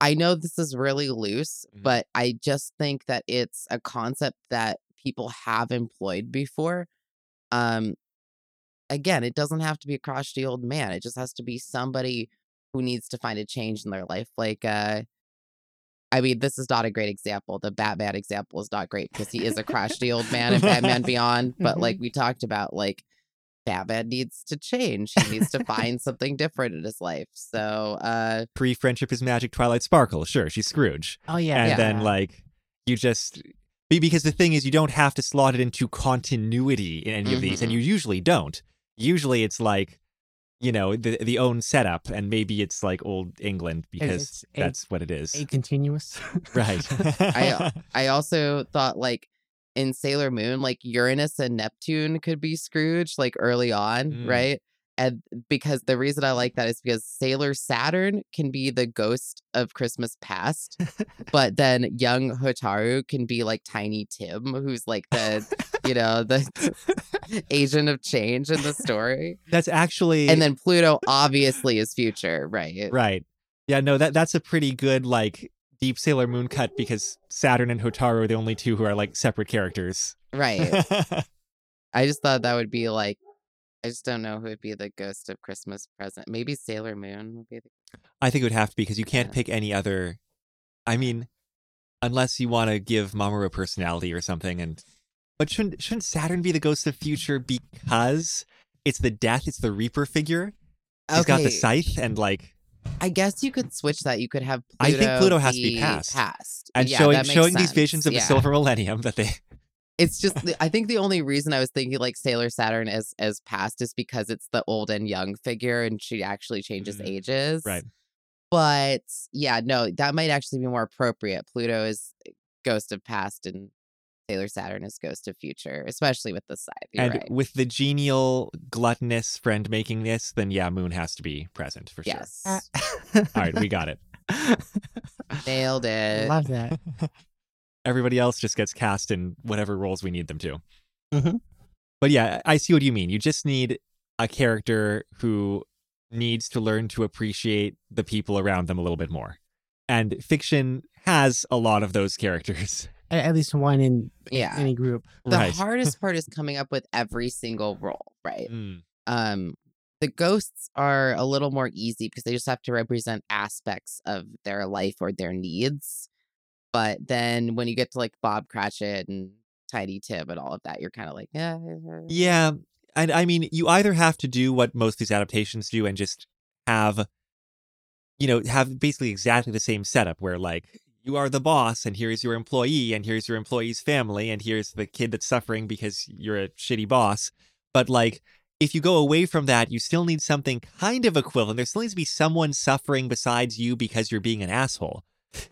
Speaker 2: I know this is really loose,
Speaker 1: Mhm.
Speaker 2: but I just think that it's a concept that people have employed before. Um, again, it doesn't have to be a crotchety old man. It just has to be somebody who needs to find a change in their life. Like, uh, I mean, this is not a great example. The Batman example is not great because he is a crotchety old man in Batman Beyond. But
Speaker 3: Mhm.
Speaker 2: like we talked about, like Batman needs to change. He needs to find something different in his life. So, uh,
Speaker 1: Pre friendship is magic, Twilight Sparkle. Sure, she's Scrooge.
Speaker 3: Oh yeah.
Speaker 1: and
Speaker 2: Yeah.
Speaker 1: then like you just be- because the thing is you don't have to slot it into continuity in any of these and
Speaker 2: Mhm.
Speaker 1: you usually don't usually it's like you know the the own setup and maybe it's like old england because
Speaker 3: it's a-
Speaker 1: that's what it is
Speaker 3: a continuous.
Speaker 1: (laughs) right
Speaker 2: (laughs) I- uh, I also thought like in Sailor Moon, like Uranus and Neptune could be Scrooge, like early on,
Speaker 1: Mm.
Speaker 2: right? And because the reason I like that is because Sailor Saturn can be the ghost of Christmas past, but then young Hotaru can be like Tiny Tim, who's like the, you know, the (laughs) agent of change in the story.
Speaker 1: that's actually
Speaker 2: And then Pluto obviously is future, right?
Speaker 1: right yeah no that that's a pretty good like deep sailor moon cut because saturn and hotaru are the only two who are like separate characters (laughs)
Speaker 2: Right. I just thought that would be like, I just don't know who would be the ghost of Christmas present. Maybe Sailor Moon would be the.
Speaker 1: I think it would have to be because you can't
Speaker 2: Yeah.
Speaker 1: pick any other. I mean, unless you want to give Mamoru a personality or something, and but shouldn't shouldn't Saturn be the ghost of future because it's the death, it's the Reaper figure. He's got the scythe, and like,
Speaker 2: I guess you could switch that. You could have. Pluto
Speaker 1: I think Pluto has to be past.
Speaker 2: Past.
Speaker 1: and
Speaker 2: Yeah,
Speaker 1: showing
Speaker 2: that makes
Speaker 1: showing these
Speaker 2: sense.
Speaker 1: visions of
Speaker 2: yeah.
Speaker 1: the silver millennium that they.
Speaker 2: It's just. the- I think the only reason I was thinking like Sailor Saturn as as past is because it's the old and young figure, and she actually changes
Speaker 1: Mhm.
Speaker 2: ages.
Speaker 1: Right.
Speaker 2: But yeah, no, that might actually be more appropriate. Pluto is eh, ghost of past, and Sailor Saturn is ghost of future, especially with the scythe. You're
Speaker 1: and
Speaker 2: right.
Speaker 1: with the genial, gluttonous friend making this, then yeah, Moon has to be present for sure.
Speaker 2: Yes.
Speaker 1: (laughs) All right, we got it.
Speaker 2: Nailed it.
Speaker 3: (laughs) Love that.
Speaker 1: Everybody else just gets cast in whatever roles we need them to.
Speaker 3: Mhm.
Speaker 1: But yeah, I see what you mean. You just need a character who needs to learn to appreciate the people around them a little bit more. And fiction has a lot of those characters. (laughs)
Speaker 3: A- At least one in
Speaker 2: yeah.
Speaker 3: any group.
Speaker 2: the
Speaker 1: right.
Speaker 2: hardest part is coming up with every single role, right?
Speaker 1: Mm,
Speaker 2: Um the ghosts are a little more easy because they just have to represent aspects of their life or their needs. But then when you get to like Bob Cratchit and Tiny Tim and all of that, you're kind of like, yeah,
Speaker 1: Yeah. And I mean, you either have to do what most of these adaptations do and just have, you know, have basically exactly the same setup where, like, you are the boss, and here's your employee, and here's your employee's family, and here's the kid that's suffering because you're a shitty boss. But, like, if you go away from that, you still need something kind of equivalent. There still needs to be someone suffering besides you because you're being an asshole.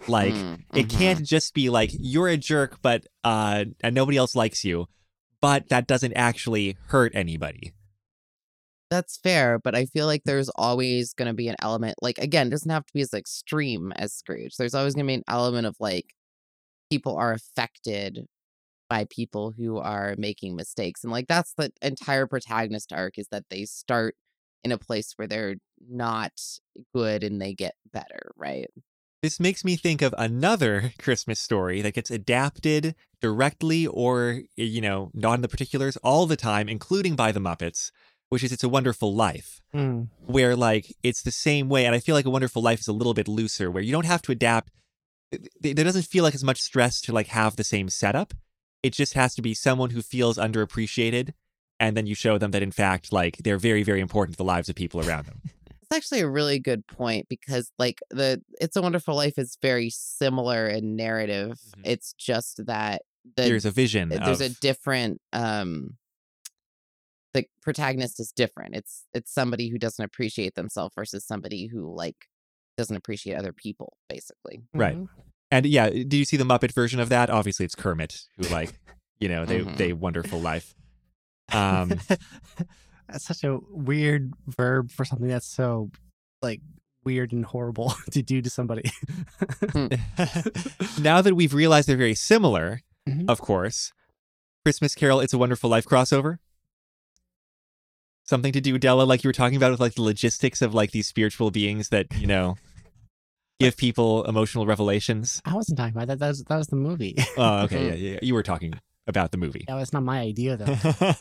Speaker 1: Like,
Speaker 2: mm,
Speaker 1: it
Speaker 2: mhm."
Speaker 1: can't just be like you're a jerk, but uh, and nobody else likes you, but that doesn't actually hurt anybody.
Speaker 2: That's fair, but I feel like there's always going to be an element, like, again, it doesn't have to be as extreme as Scrooge. There's always going to be an element of like people are affected by people who are making mistakes. And like, that's the entire protagonist arc is that they start in a place where they're not good and they get better, right?
Speaker 1: This makes me think of another (laughs) Christmas story that gets adapted directly or you know not in the particulars all the time, including by the Muppets, which is "It's a Wonderful Life."
Speaker 3: Mm.
Speaker 1: where like it's the same way and i feel like a wonderful life is a little bit looser where you don't have to adapt th- th- there doesn't feel like as much stress to like have the same setup it just has to be someone who feels underappreciated and then you show them that in fact like they're very very important to the lives of people around them
Speaker 2: It's actually a really good point because like the It's a Wonderful Life is very similar in narrative.
Speaker 1: Mhm.
Speaker 2: It's just that the
Speaker 1: Mm, there's a vision
Speaker 2: there's a
Speaker 1: of-
Speaker 2: different um the protagonist is different. It's it's somebody who doesn't appreciate themselves versus somebody who like doesn't appreciate other people, basically.
Speaker 1: Right.
Speaker 3: Mhm.
Speaker 1: And yeah, do you see the Muppet version of that? Obviously, it's Kermit who like, you know, they
Speaker 2: Mhm.
Speaker 1: they wonderful life. Um,
Speaker 3: (laughs) that's such a weird verb for something that's so like weird and horrible (laughs) to do to somebody.
Speaker 1: (laughs) now that we've realized they're very similar,
Speaker 3: Mhm.
Speaker 1: of course, Christmas Carol, It's a Wonderful Life crossover. Something to do, Della, like you were talking about with like the logistics of like these spiritual beings that you know give people emotional revelations.
Speaker 3: I wasn't talking about that. That was that was the (laughs) movie.
Speaker 1: Oh, okay, yeah, yeah, yeah. you were talking about the movie.
Speaker 3: That was not my idea though.
Speaker 1: (laughs) well,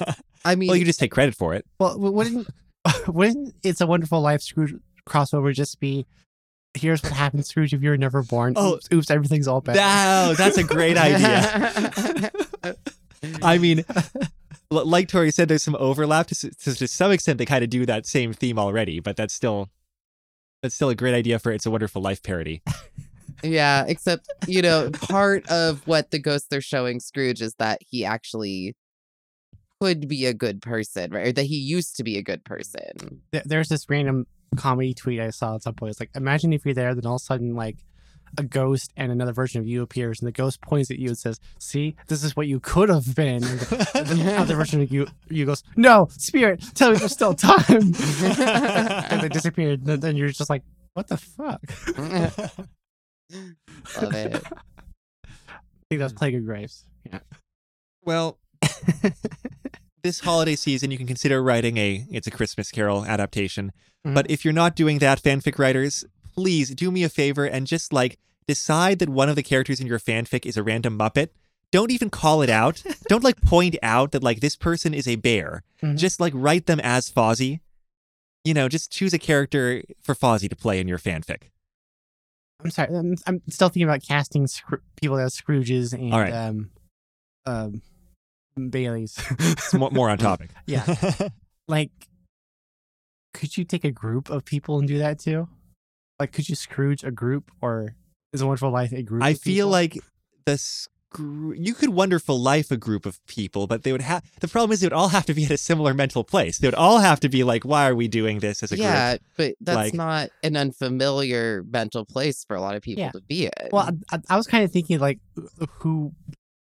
Speaker 2: I mean, (laughs)
Speaker 1: you just take credit for it.
Speaker 3: (laughs) Well, w- wouldn't (laughs) wouldn't It's a Wonderful Life Scrooge crossover just be? Here's what happens, Scrooge, if you were never born.
Speaker 1: Oh.
Speaker 3: oops, oops, everything's all bad.
Speaker 1: Wow, that's a
Speaker 2: (laughs)
Speaker 1: great idea. I mean, l- like Tori said, there's some overlap to, s- to, to some extent. They kind of do that same theme already, but that's still that's still a great idea for "It's a Wonderful Life" parody.
Speaker 2: yeah, except
Speaker 1: (laughs)
Speaker 2: you know, part of what the ghost they're showing Scrooge is that he actually could be a good person, right? Or that he used to be a
Speaker 1: (laughs)
Speaker 2: good person. (laughs)
Speaker 3: There- There's this random comedy tweet I saw at some point. It's like, imagine if you're there, then all of a sudden, like, a ghost and another version of you appears, and the ghost points at you and says, "See, this is what you could have been." And the, the other version of you, you goes, "No, spirit, tell me there's
Speaker 1: (laughs)
Speaker 3: still time." and they disappeared. And then you're just like, "What the fuck?"
Speaker 2: Love it.
Speaker 3: I think that's Plague of Graves. Yeah.
Speaker 1: Well, this holiday season, you can consider writing a "It's a Christmas Carol" adaptation.
Speaker 3: Mhm.
Speaker 1: But if you're not doing that, fanfic writers, please do me a favor and just like decide that one of the characters in your fanfic is a random Muppet. Don't even call it out. Don't like point out that like this person is a bear.
Speaker 3: Mhm.
Speaker 1: Just like write them as Fozzie. You know, just choose a character for Fozzie to play in your fanfic.
Speaker 3: I'm sorry. I'm, I'm still thinking about casting Scroo- people as Scrooges and
Speaker 1: All right.
Speaker 3: um, um, Baileys.
Speaker 1: (laughs) It's more, more on topic.
Speaker 3: yeah. Like, could you take a group of people and do that too? Like, could you Scrooge a group or is a Wonderful Life a group?
Speaker 1: I
Speaker 3: of
Speaker 1: feel
Speaker 3: people?
Speaker 1: like the screw- you could wonderful life a group of people, but they would have the problem is they would all have to be at a similar mental place. They would all have to be like, why are we doing this as a
Speaker 2: Yeah,
Speaker 1: group?
Speaker 2: but that's
Speaker 1: like-
Speaker 2: not an unfamiliar mental place for a lot of people
Speaker 3: Yeah.
Speaker 2: to be in.
Speaker 3: (laughs) Well, I, I- I was kind of thinking like who.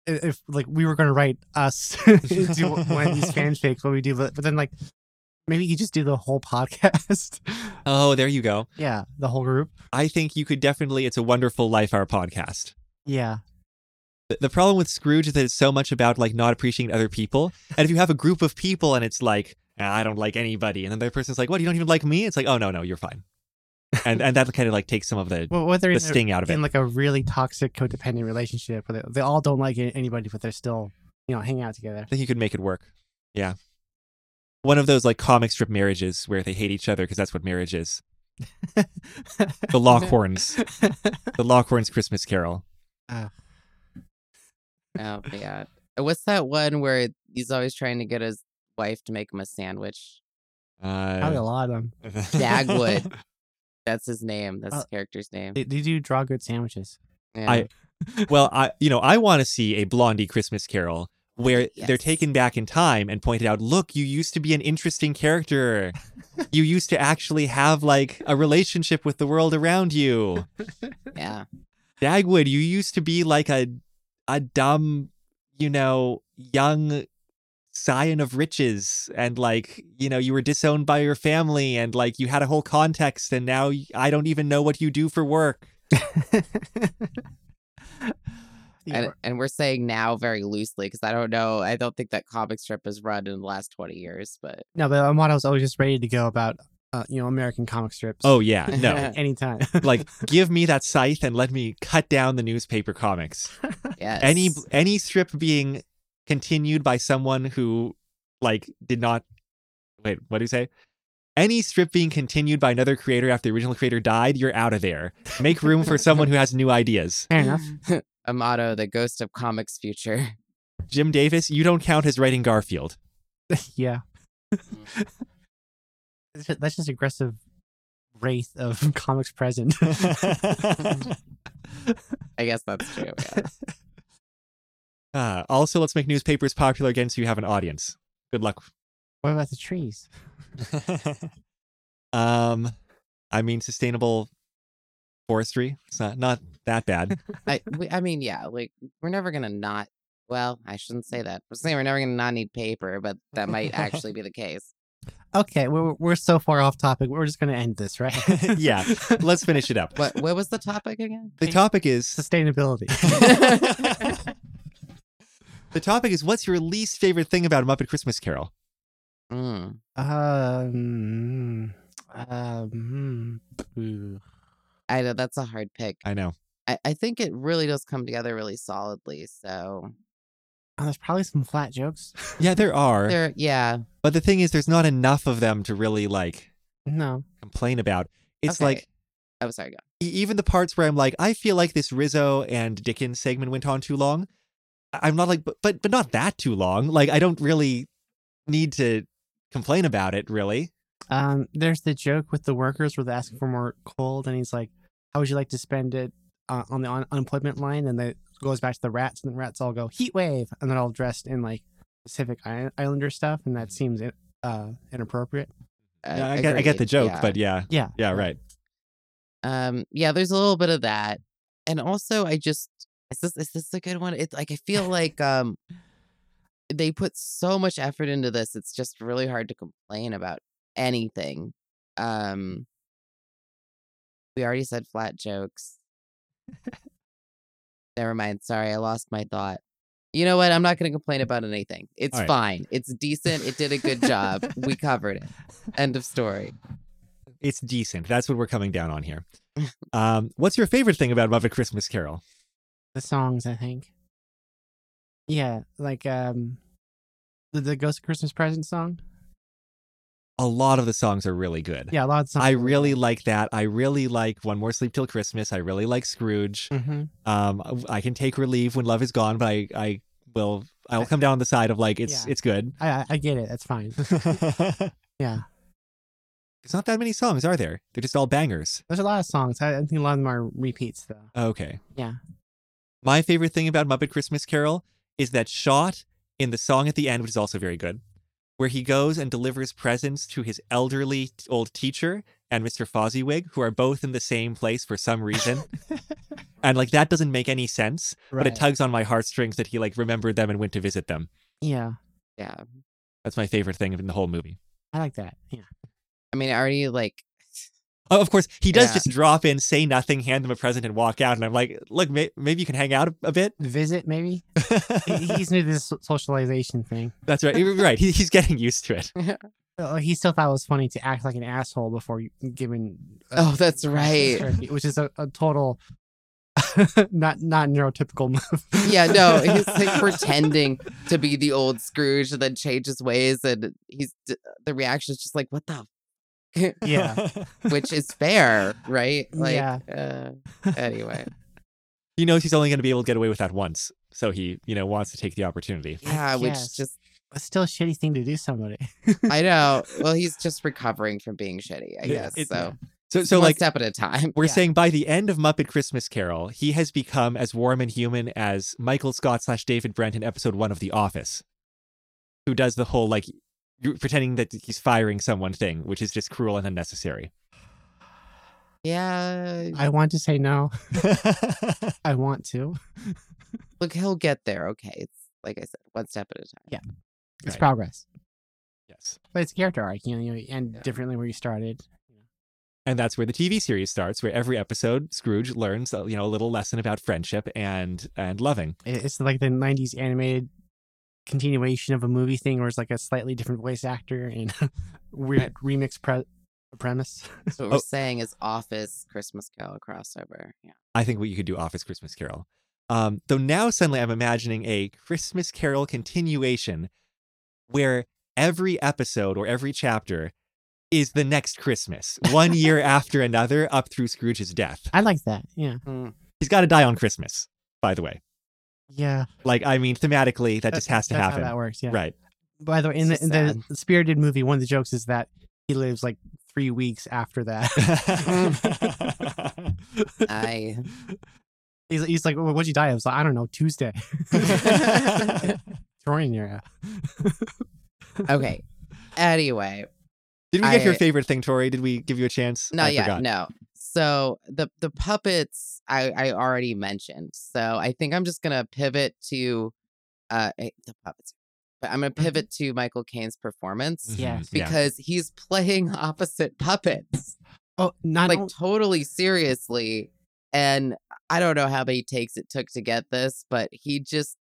Speaker 3: If like we were gonna write us (laughs) into one (laughs) of these fanfics, what we do, but, but then like maybe you just do the whole podcast, (laughs)
Speaker 1: Oh, there you go.
Speaker 3: yeah, the whole group,
Speaker 1: I think you could definitely. It's a wonderful life. Our podcast.
Speaker 3: yeah,
Speaker 1: The- The problem with Scrooge is that it's so much about like not appreciating other people. And if you have a group of people and it's like, "Ah, I don't like anybody, and then the other person's like, what? You don't even like me? It's like, oh no, no, you're fine. And and that kind of like takes some of the
Speaker 3: Well, whether
Speaker 1: the
Speaker 3: in, a-
Speaker 1: sting out of it.
Speaker 3: in like a really toxic codependent relationship where they, they all don't like a- anybody, but they're still you know hanging out together.
Speaker 1: I think you could make it work. Yeah. One of those like comic strip marriages where they hate each other because that's what marriage is. The Lockhorns. the Lockhorns Christmas Carol.
Speaker 2: Oh yeah. What's that one where he's always trying to get his wife to make him a sandwich?
Speaker 3: Probably a
Speaker 1: (laughs) Uh,
Speaker 3: lot of them.
Speaker 2: Dagwood. That's his name. That's
Speaker 3: Uh,
Speaker 2: his character's name.
Speaker 3: They, they do draw good sandwiches.
Speaker 2: Yeah.
Speaker 1: I- well, I you know, I want to see a Blondie Christmas Carol where they're
Speaker 2: Yes.
Speaker 1: taken back in time and pointed out, look, you used to be an interesting character. you used to actually have like a relationship with the world around you.
Speaker 3: (laughs)
Speaker 2: yeah.
Speaker 1: Dagwood, you used to be like a a dumb, you know, young scion of riches and like, you know, you were disowned by your family and like you had a whole context and now y- I don't even know what you do for work.
Speaker 3: Yeah,
Speaker 2: And, and we're saying now very loosely because I don't know. I don't think that comic strip has run in the last 20 years, but
Speaker 3: (laughs) no, but Amato's always just ready to go about uh, you know American comic strips.
Speaker 1: Oh yeah, no.
Speaker 3: anytime.
Speaker 1: (laughs) like give me that scythe and let me cut down the newspaper comics.
Speaker 2: yes.
Speaker 1: Any any strip being continued by someone who like did not Wait, what do you say? Any strip being continued by another creator after the original creator died, you're out of there. Make room for someone who has new ideas.
Speaker 3: (laughs) Fair enough. (laughs)
Speaker 2: (laughs) Amato, the ghost of comics future. (laughs)
Speaker 1: Jim Davis, you don't count as writing Garfield.
Speaker 3: yeah. (laughs) That's ju- That's just aggressive wraith of (laughs) comics present.
Speaker 2: I guess that's true. Yeah.
Speaker 1: Uh, also, let's make newspapers popular again so you have an audience. Good luck
Speaker 3: What about the trees?
Speaker 1: um, I mean, sustainable forestry. It's not not that bad. (laughs)
Speaker 2: I, we, I mean, yeah, like we're never gonna not. Well, I shouldn't say that. I'm saying we're never gonna not need paper, but that might actually be the case.
Speaker 3: Okay, we're we're so far off topic. We're just gonna end this, right?
Speaker 1: Yeah. Let's finish it up.
Speaker 2: What what was the topic again?
Speaker 1: (laughs) The topic is
Speaker 3: (laughs) Sustainability.
Speaker 1: (laughs) the topic is what's your least favorite thing about Muppet Christmas Carol?
Speaker 2: Mm.
Speaker 3: um. Um. hmm.
Speaker 2: I know that's a hard pick.
Speaker 1: I know.
Speaker 2: I, I think it really does come together really solidly. So
Speaker 3: Oh, there's probably some flat jokes.
Speaker 1: Yeah, there are,
Speaker 2: there, yeah,
Speaker 1: but the thing is, there's not enough of them to really like
Speaker 3: No.
Speaker 1: complain about. It's
Speaker 2: Okay.
Speaker 1: like
Speaker 2: I'm Oh, sorry. Go.
Speaker 1: e- even the parts where I'm like, I feel like this Rizzo and Dickens segment went on too long. I- I'm not like, but but, but not that too long. Like, I don't really need to complain about it, really.
Speaker 3: Um. There's the joke with the workers where they're asking for more cold, and he's like, "How would you like to spend it uh, on the un- unemployment line?" And then goes back to the rats, and the rats all go heat wave, and they're all dressed in like Pacific I- Islander stuff, and that seems in- uh inappropriate.
Speaker 1: No, I, get I get the
Speaker 2: uh, agreed,
Speaker 1: joke,
Speaker 2: yeah.
Speaker 1: but yeah,
Speaker 3: Yeah.
Speaker 1: yeah, right.
Speaker 2: um, yeah, there's a little bit of that, and also I just is this is this a good one? It's like I feel like um, they put so much effort into this. It's just really hard to complain about anything. Um, we already said flat jokes. Never mind. Sorry, I lost my thought. You know what? I'm not going to complain about anything. It's
Speaker 1: All right.
Speaker 2: fine. It's decent. It did a good job. we covered it. End of story.
Speaker 1: It's decent. That's what we're coming down on
Speaker 2: (laughs)
Speaker 1: here. Um, what's your favorite thing about Muppet Christmas Carol?
Speaker 3: the songs i think yeah like um the, the ghost of christmas present song
Speaker 1: A lot of the songs are really good.
Speaker 3: yeah a lot of songs
Speaker 1: I really like that. I really like One More Sleep Till Christmas. I really like Scrooge.
Speaker 3: hmm
Speaker 1: Um, I can take or leave when love is gone, but I, I will, I will come down on the side of like it's,
Speaker 3: Yeah.
Speaker 1: it's good. (laughs)
Speaker 3: I, I- I get it that's fine
Speaker 1: There's
Speaker 3: yeah
Speaker 1: not that many songs, are there? They're just all bangers.
Speaker 3: there's a lot of songs i, I think a lot of them are repeats though
Speaker 1: Okay.
Speaker 3: Yeah.
Speaker 1: My favorite thing about Muppet Christmas Carol is that shot in the song at the end, which is also very good, where he goes and delivers presents to his elderly t- old teacher and Mr. Fozziwig, who are both in the same place for some reason. and like that doesn't make any sense, but it tugs on my heartstrings that he like remembered them and went to visit them.
Speaker 3: yeah
Speaker 2: Yeah.
Speaker 1: That's my favorite thing in the whole movie.
Speaker 3: i like that yeah
Speaker 2: I mean, I already like
Speaker 1: Oh, of course, he does
Speaker 2: Yeah.
Speaker 1: just drop in, say nothing, hand them a present, and walk out. And I'm like, look, may- maybe you can hang out a, a bit.
Speaker 3: visit maybe He- he's new to this so- socialization thing
Speaker 1: That's right. You're right. He, he's getting used to it.
Speaker 3: Uh, he still thought it was funny to act like an asshole before you giving uh,
Speaker 2: Oh, that's right.
Speaker 3: turkey, which is a, a total (laughs) not not neurotypical move
Speaker 2: Yeah, no,
Speaker 1: (laughs)
Speaker 2: he's like pretending to be the old Scrooge and then changes ways, and he's d- the reaction is just like, "What the?" f-"
Speaker 3: (laughs) yeah
Speaker 2: Which is fair, right? Like,
Speaker 3: Yeah.
Speaker 1: (laughs)
Speaker 2: uh, anyway,
Speaker 1: he knows he's only going to be able to get away with that once, so he, you know, wants to take the opportunity.
Speaker 2: yeah, which
Speaker 3: guess.
Speaker 2: just
Speaker 3: but still a shitty thing to do somebody.
Speaker 2: (laughs) I know. Well, he's just recovering from being shitty, I
Speaker 1: Yeah,
Speaker 2: guess.
Speaker 1: it-
Speaker 2: so,
Speaker 1: So, (laughs) so
Speaker 2: one
Speaker 1: like
Speaker 2: step at a time. (laughs)
Speaker 1: we're
Speaker 3: yeah.
Speaker 1: saying, by the end of Muppet Christmas Carol, he has become as warm and human as Michael Scott slash David Brent in episode one of The Office, who does the whole like you pretending that he's firing someone thing, which is just cruel and unnecessary.
Speaker 2: Yeah,
Speaker 3: I want to say no. I want to.
Speaker 2: look, he'll get there. Okay, it's like I said, one step at a time.
Speaker 3: It's
Speaker 1: Right.
Speaker 3: progress,
Speaker 1: yes,
Speaker 3: but it's a character arc. You know, you end
Speaker 2: Yeah.
Speaker 3: differently where you started.
Speaker 1: and that's where the TV series starts, where every episode Scrooge learns, uh, you know, a little lesson about friendship and and loving.
Speaker 3: It- It's like the '90s animated continuation of a movie thing, where it's like a slightly different voice actor and (laughs) weird remix pre- premise.
Speaker 2: So what we're
Speaker 1: Oh.
Speaker 2: saying is Office Christmas Carol crossover.
Speaker 1: (laughs)
Speaker 2: Yeah.
Speaker 1: I think what you could do Office Christmas Carol. Um, though now suddenly I'm imagining a Christmas Carol continuation where every episode or every chapter is the next Christmas, one
Speaker 3: (laughs)
Speaker 1: year after another, up through Scrooge's death.
Speaker 3: I like that. Yeah,
Speaker 1: He's got to die on Christmas, by the way.
Speaker 3: yeah.
Speaker 1: Like, I mean, thematically, that just has to
Speaker 3: that's
Speaker 1: happen.
Speaker 3: How that works. Yeah.
Speaker 1: Right.
Speaker 3: By the way, in
Speaker 2: This
Speaker 3: the, in
Speaker 2: is
Speaker 3: the spirited movie, one of the jokes is that he lives like three weeks after
Speaker 1: (laughs)
Speaker 3: that.
Speaker 2: I
Speaker 3: he's, he's like, well, "What'd you die of?" I was like, "I don't know, Tuesday." (laughs)
Speaker 1: (laughs)
Speaker 3: Throwing your ass.
Speaker 2: okay. Anyway,
Speaker 1: Did we get your
Speaker 2: I-
Speaker 1: favorite thing, Tori? Did we give you a chance?
Speaker 2: no,
Speaker 1: I
Speaker 2: yeah,
Speaker 1: forgot.
Speaker 2: no. So the the puppets I I already mentioned. So I think I'm just gonna pivot to uh eh, the puppets, but I'm gonna pivot to Michael Caine's performance
Speaker 1: Mhm,
Speaker 3: Yes.
Speaker 1: Mm-hmm. yeah.
Speaker 2: because he's playing (laughs) opposite puppets
Speaker 3: Oh, not
Speaker 2: like
Speaker 3: on-
Speaker 2: totally seriously. And I don't know how many takes it took to get this, but he just.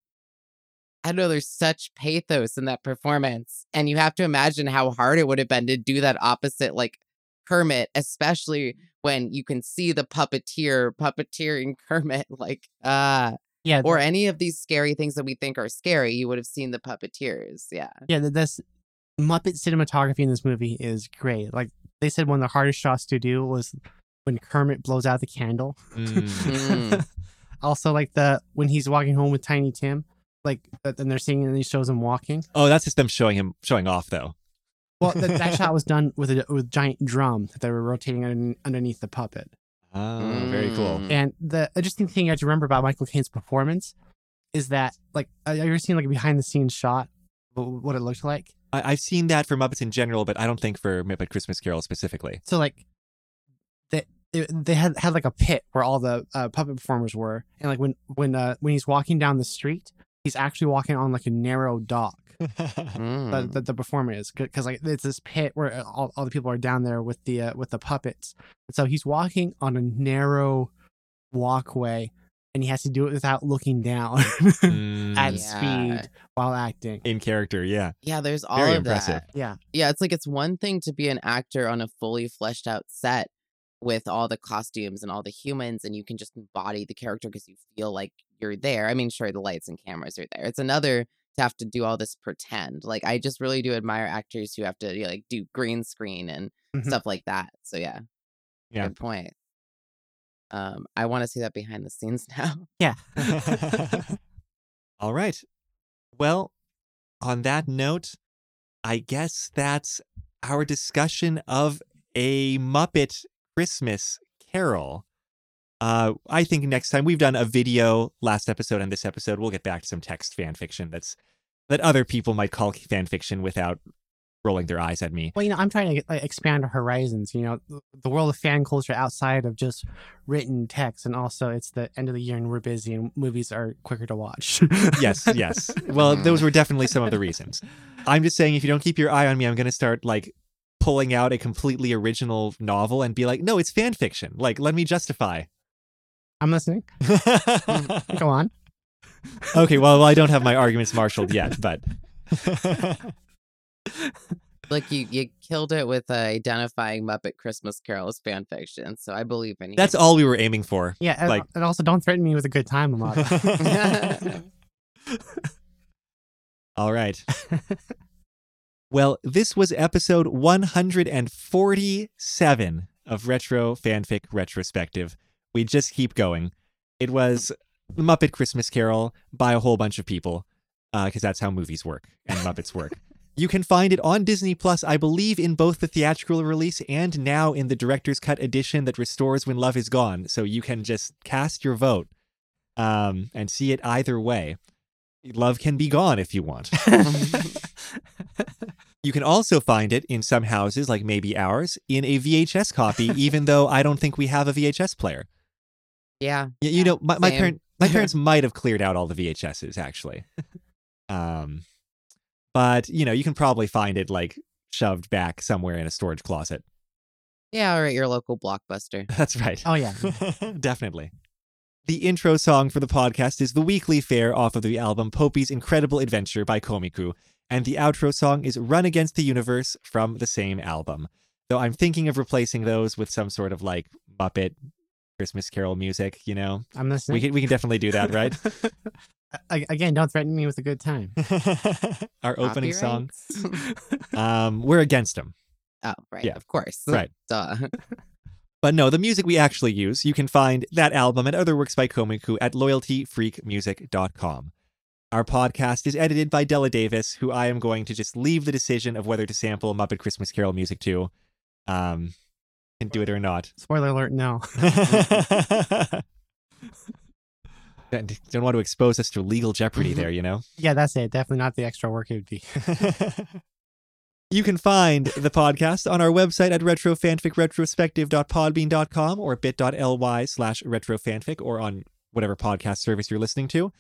Speaker 2: I know there's such pathos in that performance. And you have to imagine how hard it would have been to do that opposite, like Kermit, especially when you can see the puppeteer puppeteering (laughs) Kermit, like, uh,
Speaker 3: yeah,
Speaker 2: or any of these scary things that we think are scary. You would have seen the puppeteers. Yeah.
Speaker 3: yeah. th- This Muppet cinematography in this movie is great. Like they said, one of the hardest shots to do was when Kermit blows out the candle.
Speaker 1: Mm.
Speaker 2: Mm.
Speaker 3: (laughs) also, like the when he's walking home with Tiny Tim, like th- and they're singing and he shows him walking.
Speaker 1: Oh, that's just them showing him showing off, though.
Speaker 3: Well, th- that shot was done with a with a giant drum that they were rotating under- underneath the puppet.
Speaker 1: Oh, very cool.
Speaker 2: Mm.
Speaker 3: And the interesting thing I have to remember about Michael Caine's performance is that, like, uh, have you ever seen like a behind the scenes shot of what it looked like?
Speaker 1: I- I've seen that for Muppets in general, but I don't think for Muppet Christmas Carol specifically.
Speaker 2: (laughs)
Speaker 3: So like, they they- they had had like a pit where all the uh, puppet performers were, and like when when uh, when he's walking down the street, he's actually walking on like a narrow dock
Speaker 1: Hmm.
Speaker 2: Mm.
Speaker 3: that, that the performer is because like it's this pit where uh, all, all the people are down there with the uh, with the puppets, and so he's walking on a narrow walkway, and he has to do it without looking down. (laughs)
Speaker 1: Mm.
Speaker 3: at
Speaker 2: Yeah.
Speaker 3: speed while acting.
Speaker 1: in character, yeah.
Speaker 2: Yeah, there's all
Speaker 1: Very
Speaker 2: of
Speaker 1: impressive.
Speaker 2: that.
Speaker 3: Yeah.
Speaker 2: Yeah, it's like it's one thing to be an actor on a fully fleshed out set with all the costumes and all the humans, and you can just embody the character because you feel like you're there. I mean, sure, the lights and cameras are there. It's another to have to do all this pretend. Like, I just really do admire actors who have to you know, like do green screen and
Speaker 3: Mhm.
Speaker 2: stuff like that. So yeah,
Speaker 1: Mm-hmm. Yeah.
Speaker 2: good point. Um, I want to see that behind the scenes (laughs) now.
Speaker 3: Yeah.
Speaker 1: (laughs) All right. Well, on that note, I guess that's our discussion of a Muppet Christmas Carol. Uh, I think next time we've done a video last episode and this episode, we'll get back to some text fan fiction that's that other people might call fan fiction without rolling their eyes at me.
Speaker 3: well, you know, I'm trying to like, expand our horizons. You know, th- the world of fan culture outside of just written text, and also it's the end of the year and we're busy, and movies are quicker to watch.
Speaker 1: Yes, yes. Well, those were definitely some of the reasons. I'm just saying, if you don't keep your eye on me, I'm going to start like pulling out a completely original novel and be like, no, it's fan fiction. Like, let me justify.
Speaker 3: (laughs)
Speaker 1: (laughs)
Speaker 3: I'm listening. Go on.
Speaker 1: okay, well, I don't have my arguments marshaled yet, but
Speaker 2: Like you, you killed it with uh, identifying Muppet Christmas Carol as fan fiction. So I believe in you.
Speaker 1: that's all we were aiming for.
Speaker 3: Yeah, and,
Speaker 1: Like-
Speaker 3: and also don't threaten me with a good time a lot.
Speaker 2: (laughs)
Speaker 1: all right. Well, this was episode 147 of Retro Fanfic Retrospective. We just keep going. It was The Muppet Christmas Carol by a whole bunch of people, because that's how movies work and Muppets work. You can find it on Disney Plus, I believe, in both the theatrical release and now in the director's cut edition that restores When Love Is Gone. So you can just cast your vote um, and see it either way. Love can be gone if you
Speaker 2: (laughs)
Speaker 1: want. You can also find it in some houses, like maybe ours, in a VHS
Speaker 2: (laughs)
Speaker 1: copy, even though I don't think we have a VHS player.
Speaker 2: yeah.
Speaker 1: Y- you know, my, my,
Speaker 2: same.
Speaker 1: parent, my
Speaker 2: (laughs)
Speaker 1: parents might have cleared out all the VHSs, actually. Um, but, you know, you can probably find it like shoved back somewhere in a storage closet. (laughs)
Speaker 2: Yeah, or at your local blockbuster.
Speaker 1: That's (laughs) right.
Speaker 3: oh yeah,
Speaker 1: (laughs) Definitely. The intro song for the podcast is The Weekly Fair off of the album Popey's Incredible Adventure by Komiku, and the outro song is Run Against the Universe from the same album. Though I'm thinking of replacing those with some sort of like Muppet Christmas Carol music, you know?
Speaker 3: I'm
Speaker 1: (laughs)
Speaker 3: listening.
Speaker 1: We can, we can definitely do that,
Speaker 3: (laughs)
Speaker 1: right? (laughs)
Speaker 3: A- Again, don't threaten me with a good time.
Speaker 1: Our opening song.
Speaker 2: Copyrights.
Speaker 1: Um, we're against them.
Speaker 2: (laughs) oh, right.
Speaker 1: Yeah.
Speaker 2: Of course. uh,
Speaker 1: Right.
Speaker 2: (laughs) Duh.
Speaker 1: But no, the music we actually use, you can find that album and other works by Komiku at loyaltyfreakmusic.com. Our podcast is edited by Della Davis, who I am going to just leave the decision of whether to sample Muppet Christmas Carol music to. Um, can do it or
Speaker 3: (laughs)
Speaker 1: not. (laughs)
Speaker 3: Spoiler alert: No.
Speaker 1: Don't don't want to expose us to legal jeopardy there, you know?
Speaker 3: Yeah, that's it. Definitely not the extra work it would be.
Speaker 1: (laughs) You can find the podcast on our website at retrofanficretrospective.podbean.com or bit.ly slash retrofanfic or on whatever podcast service you're listening to.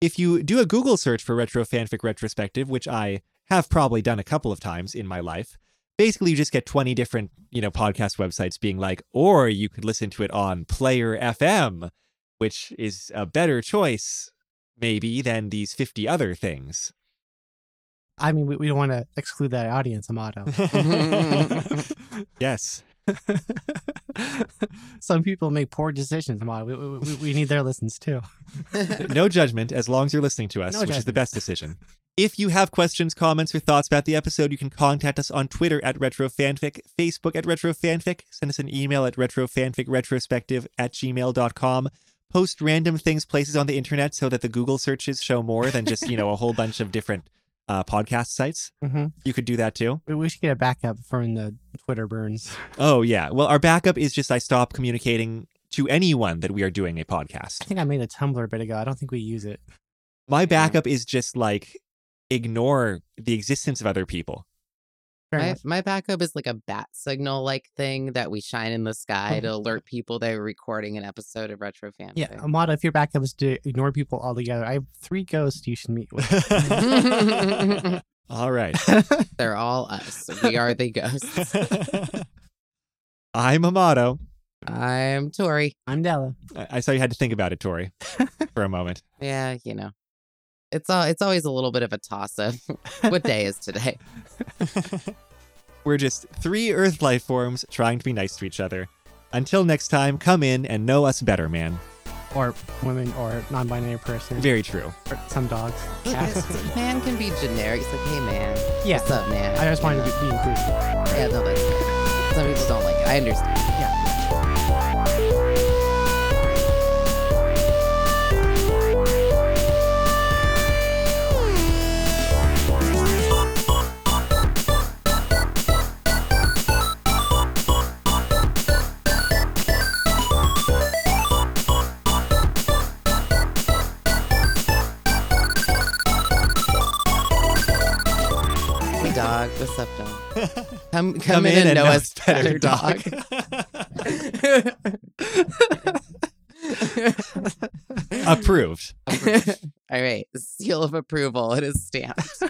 Speaker 1: If you do a Google search for retrofanfic retrospective, which I have probably done a couple of times in my life, basically you just get 20 different, you know, podcast websites being like, or you could listen to it on Player FM, which is a better choice maybe than these 50 other things.
Speaker 3: (laughs) I mean, we, we don't want to exclude that
Speaker 1: (laughs)
Speaker 3: audience, Amato.
Speaker 1: yes.
Speaker 3: Some people make poor decisions, Amato. We, we, we- we need their listens too.
Speaker 1: no judgment as long as you're listening to us,
Speaker 3: No
Speaker 1: which is the
Speaker 3: judgment.
Speaker 1: best decision. If you have questions, comments, or thoughts about the episode, you can contact us on Twitter at RetroFanfic, Facebook at RetroFanfic, send us an email at RetroFanficRetrospective at gmail.com, post random things places on the internet so that the Google searches show more than just, you know, a whole bunch of different uh, podcast sites.
Speaker 3: hmm
Speaker 1: You could do that too.
Speaker 3: We, we should get a backup from the Twitter burns.
Speaker 1: Oh, yeah. Well, our backup is just I stop communicating to anyone that we are doing a podcast.
Speaker 3: I think I made a Tumblr a bit ago. I don't think we use it.
Speaker 1: My backup is just like ignore the existence of other
Speaker 2: (laughs)
Speaker 1: people. (laughs)
Speaker 3: Fair
Speaker 2: My,
Speaker 3: enough.
Speaker 2: my backup is like a bat signal like thing that we shine in the sky to alert people that we're recording an episode of Retro Fanfic.
Speaker 3: (laughs) Yeah, um, Amada, if your backup is to ignore people altogether, I have three ghosts you should meet with.
Speaker 1: All
Speaker 2: (laughs)
Speaker 1: right.
Speaker 2: They're all us. We are the ghosts.
Speaker 3: (laughs)
Speaker 1: I'm Amato.
Speaker 2: I'm Tori.
Speaker 3: I'm Della.
Speaker 1: I I saw you had to think about it, Tori, for a moment.
Speaker 2: Yeah, you know. It's all it's always a little bit of a toss up. (laughs) what day is
Speaker 3: (laughs)
Speaker 2: today?
Speaker 1: We're just three Earth life forms trying to be nice to each other. Until next time, come in and know us better, man.
Speaker 3: Or women or non binary person.
Speaker 1: Very true.
Speaker 3: or some dogs. Cats.
Speaker 2: Yes, man can be generic. It's like, hey man,
Speaker 3: yeah.
Speaker 2: what's up, man?
Speaker 3: I just wanted to be, be inclusive.
Speaker 2: yeah, no, that's some people don't like it. I understand. Hey, dog, what's up, dog? (laughs) Come, come, in, and know us better, dog. (laughs)
Speaker 1: Approved.
Speaker 2: (laughs) All right, seal of approval. It is stamped.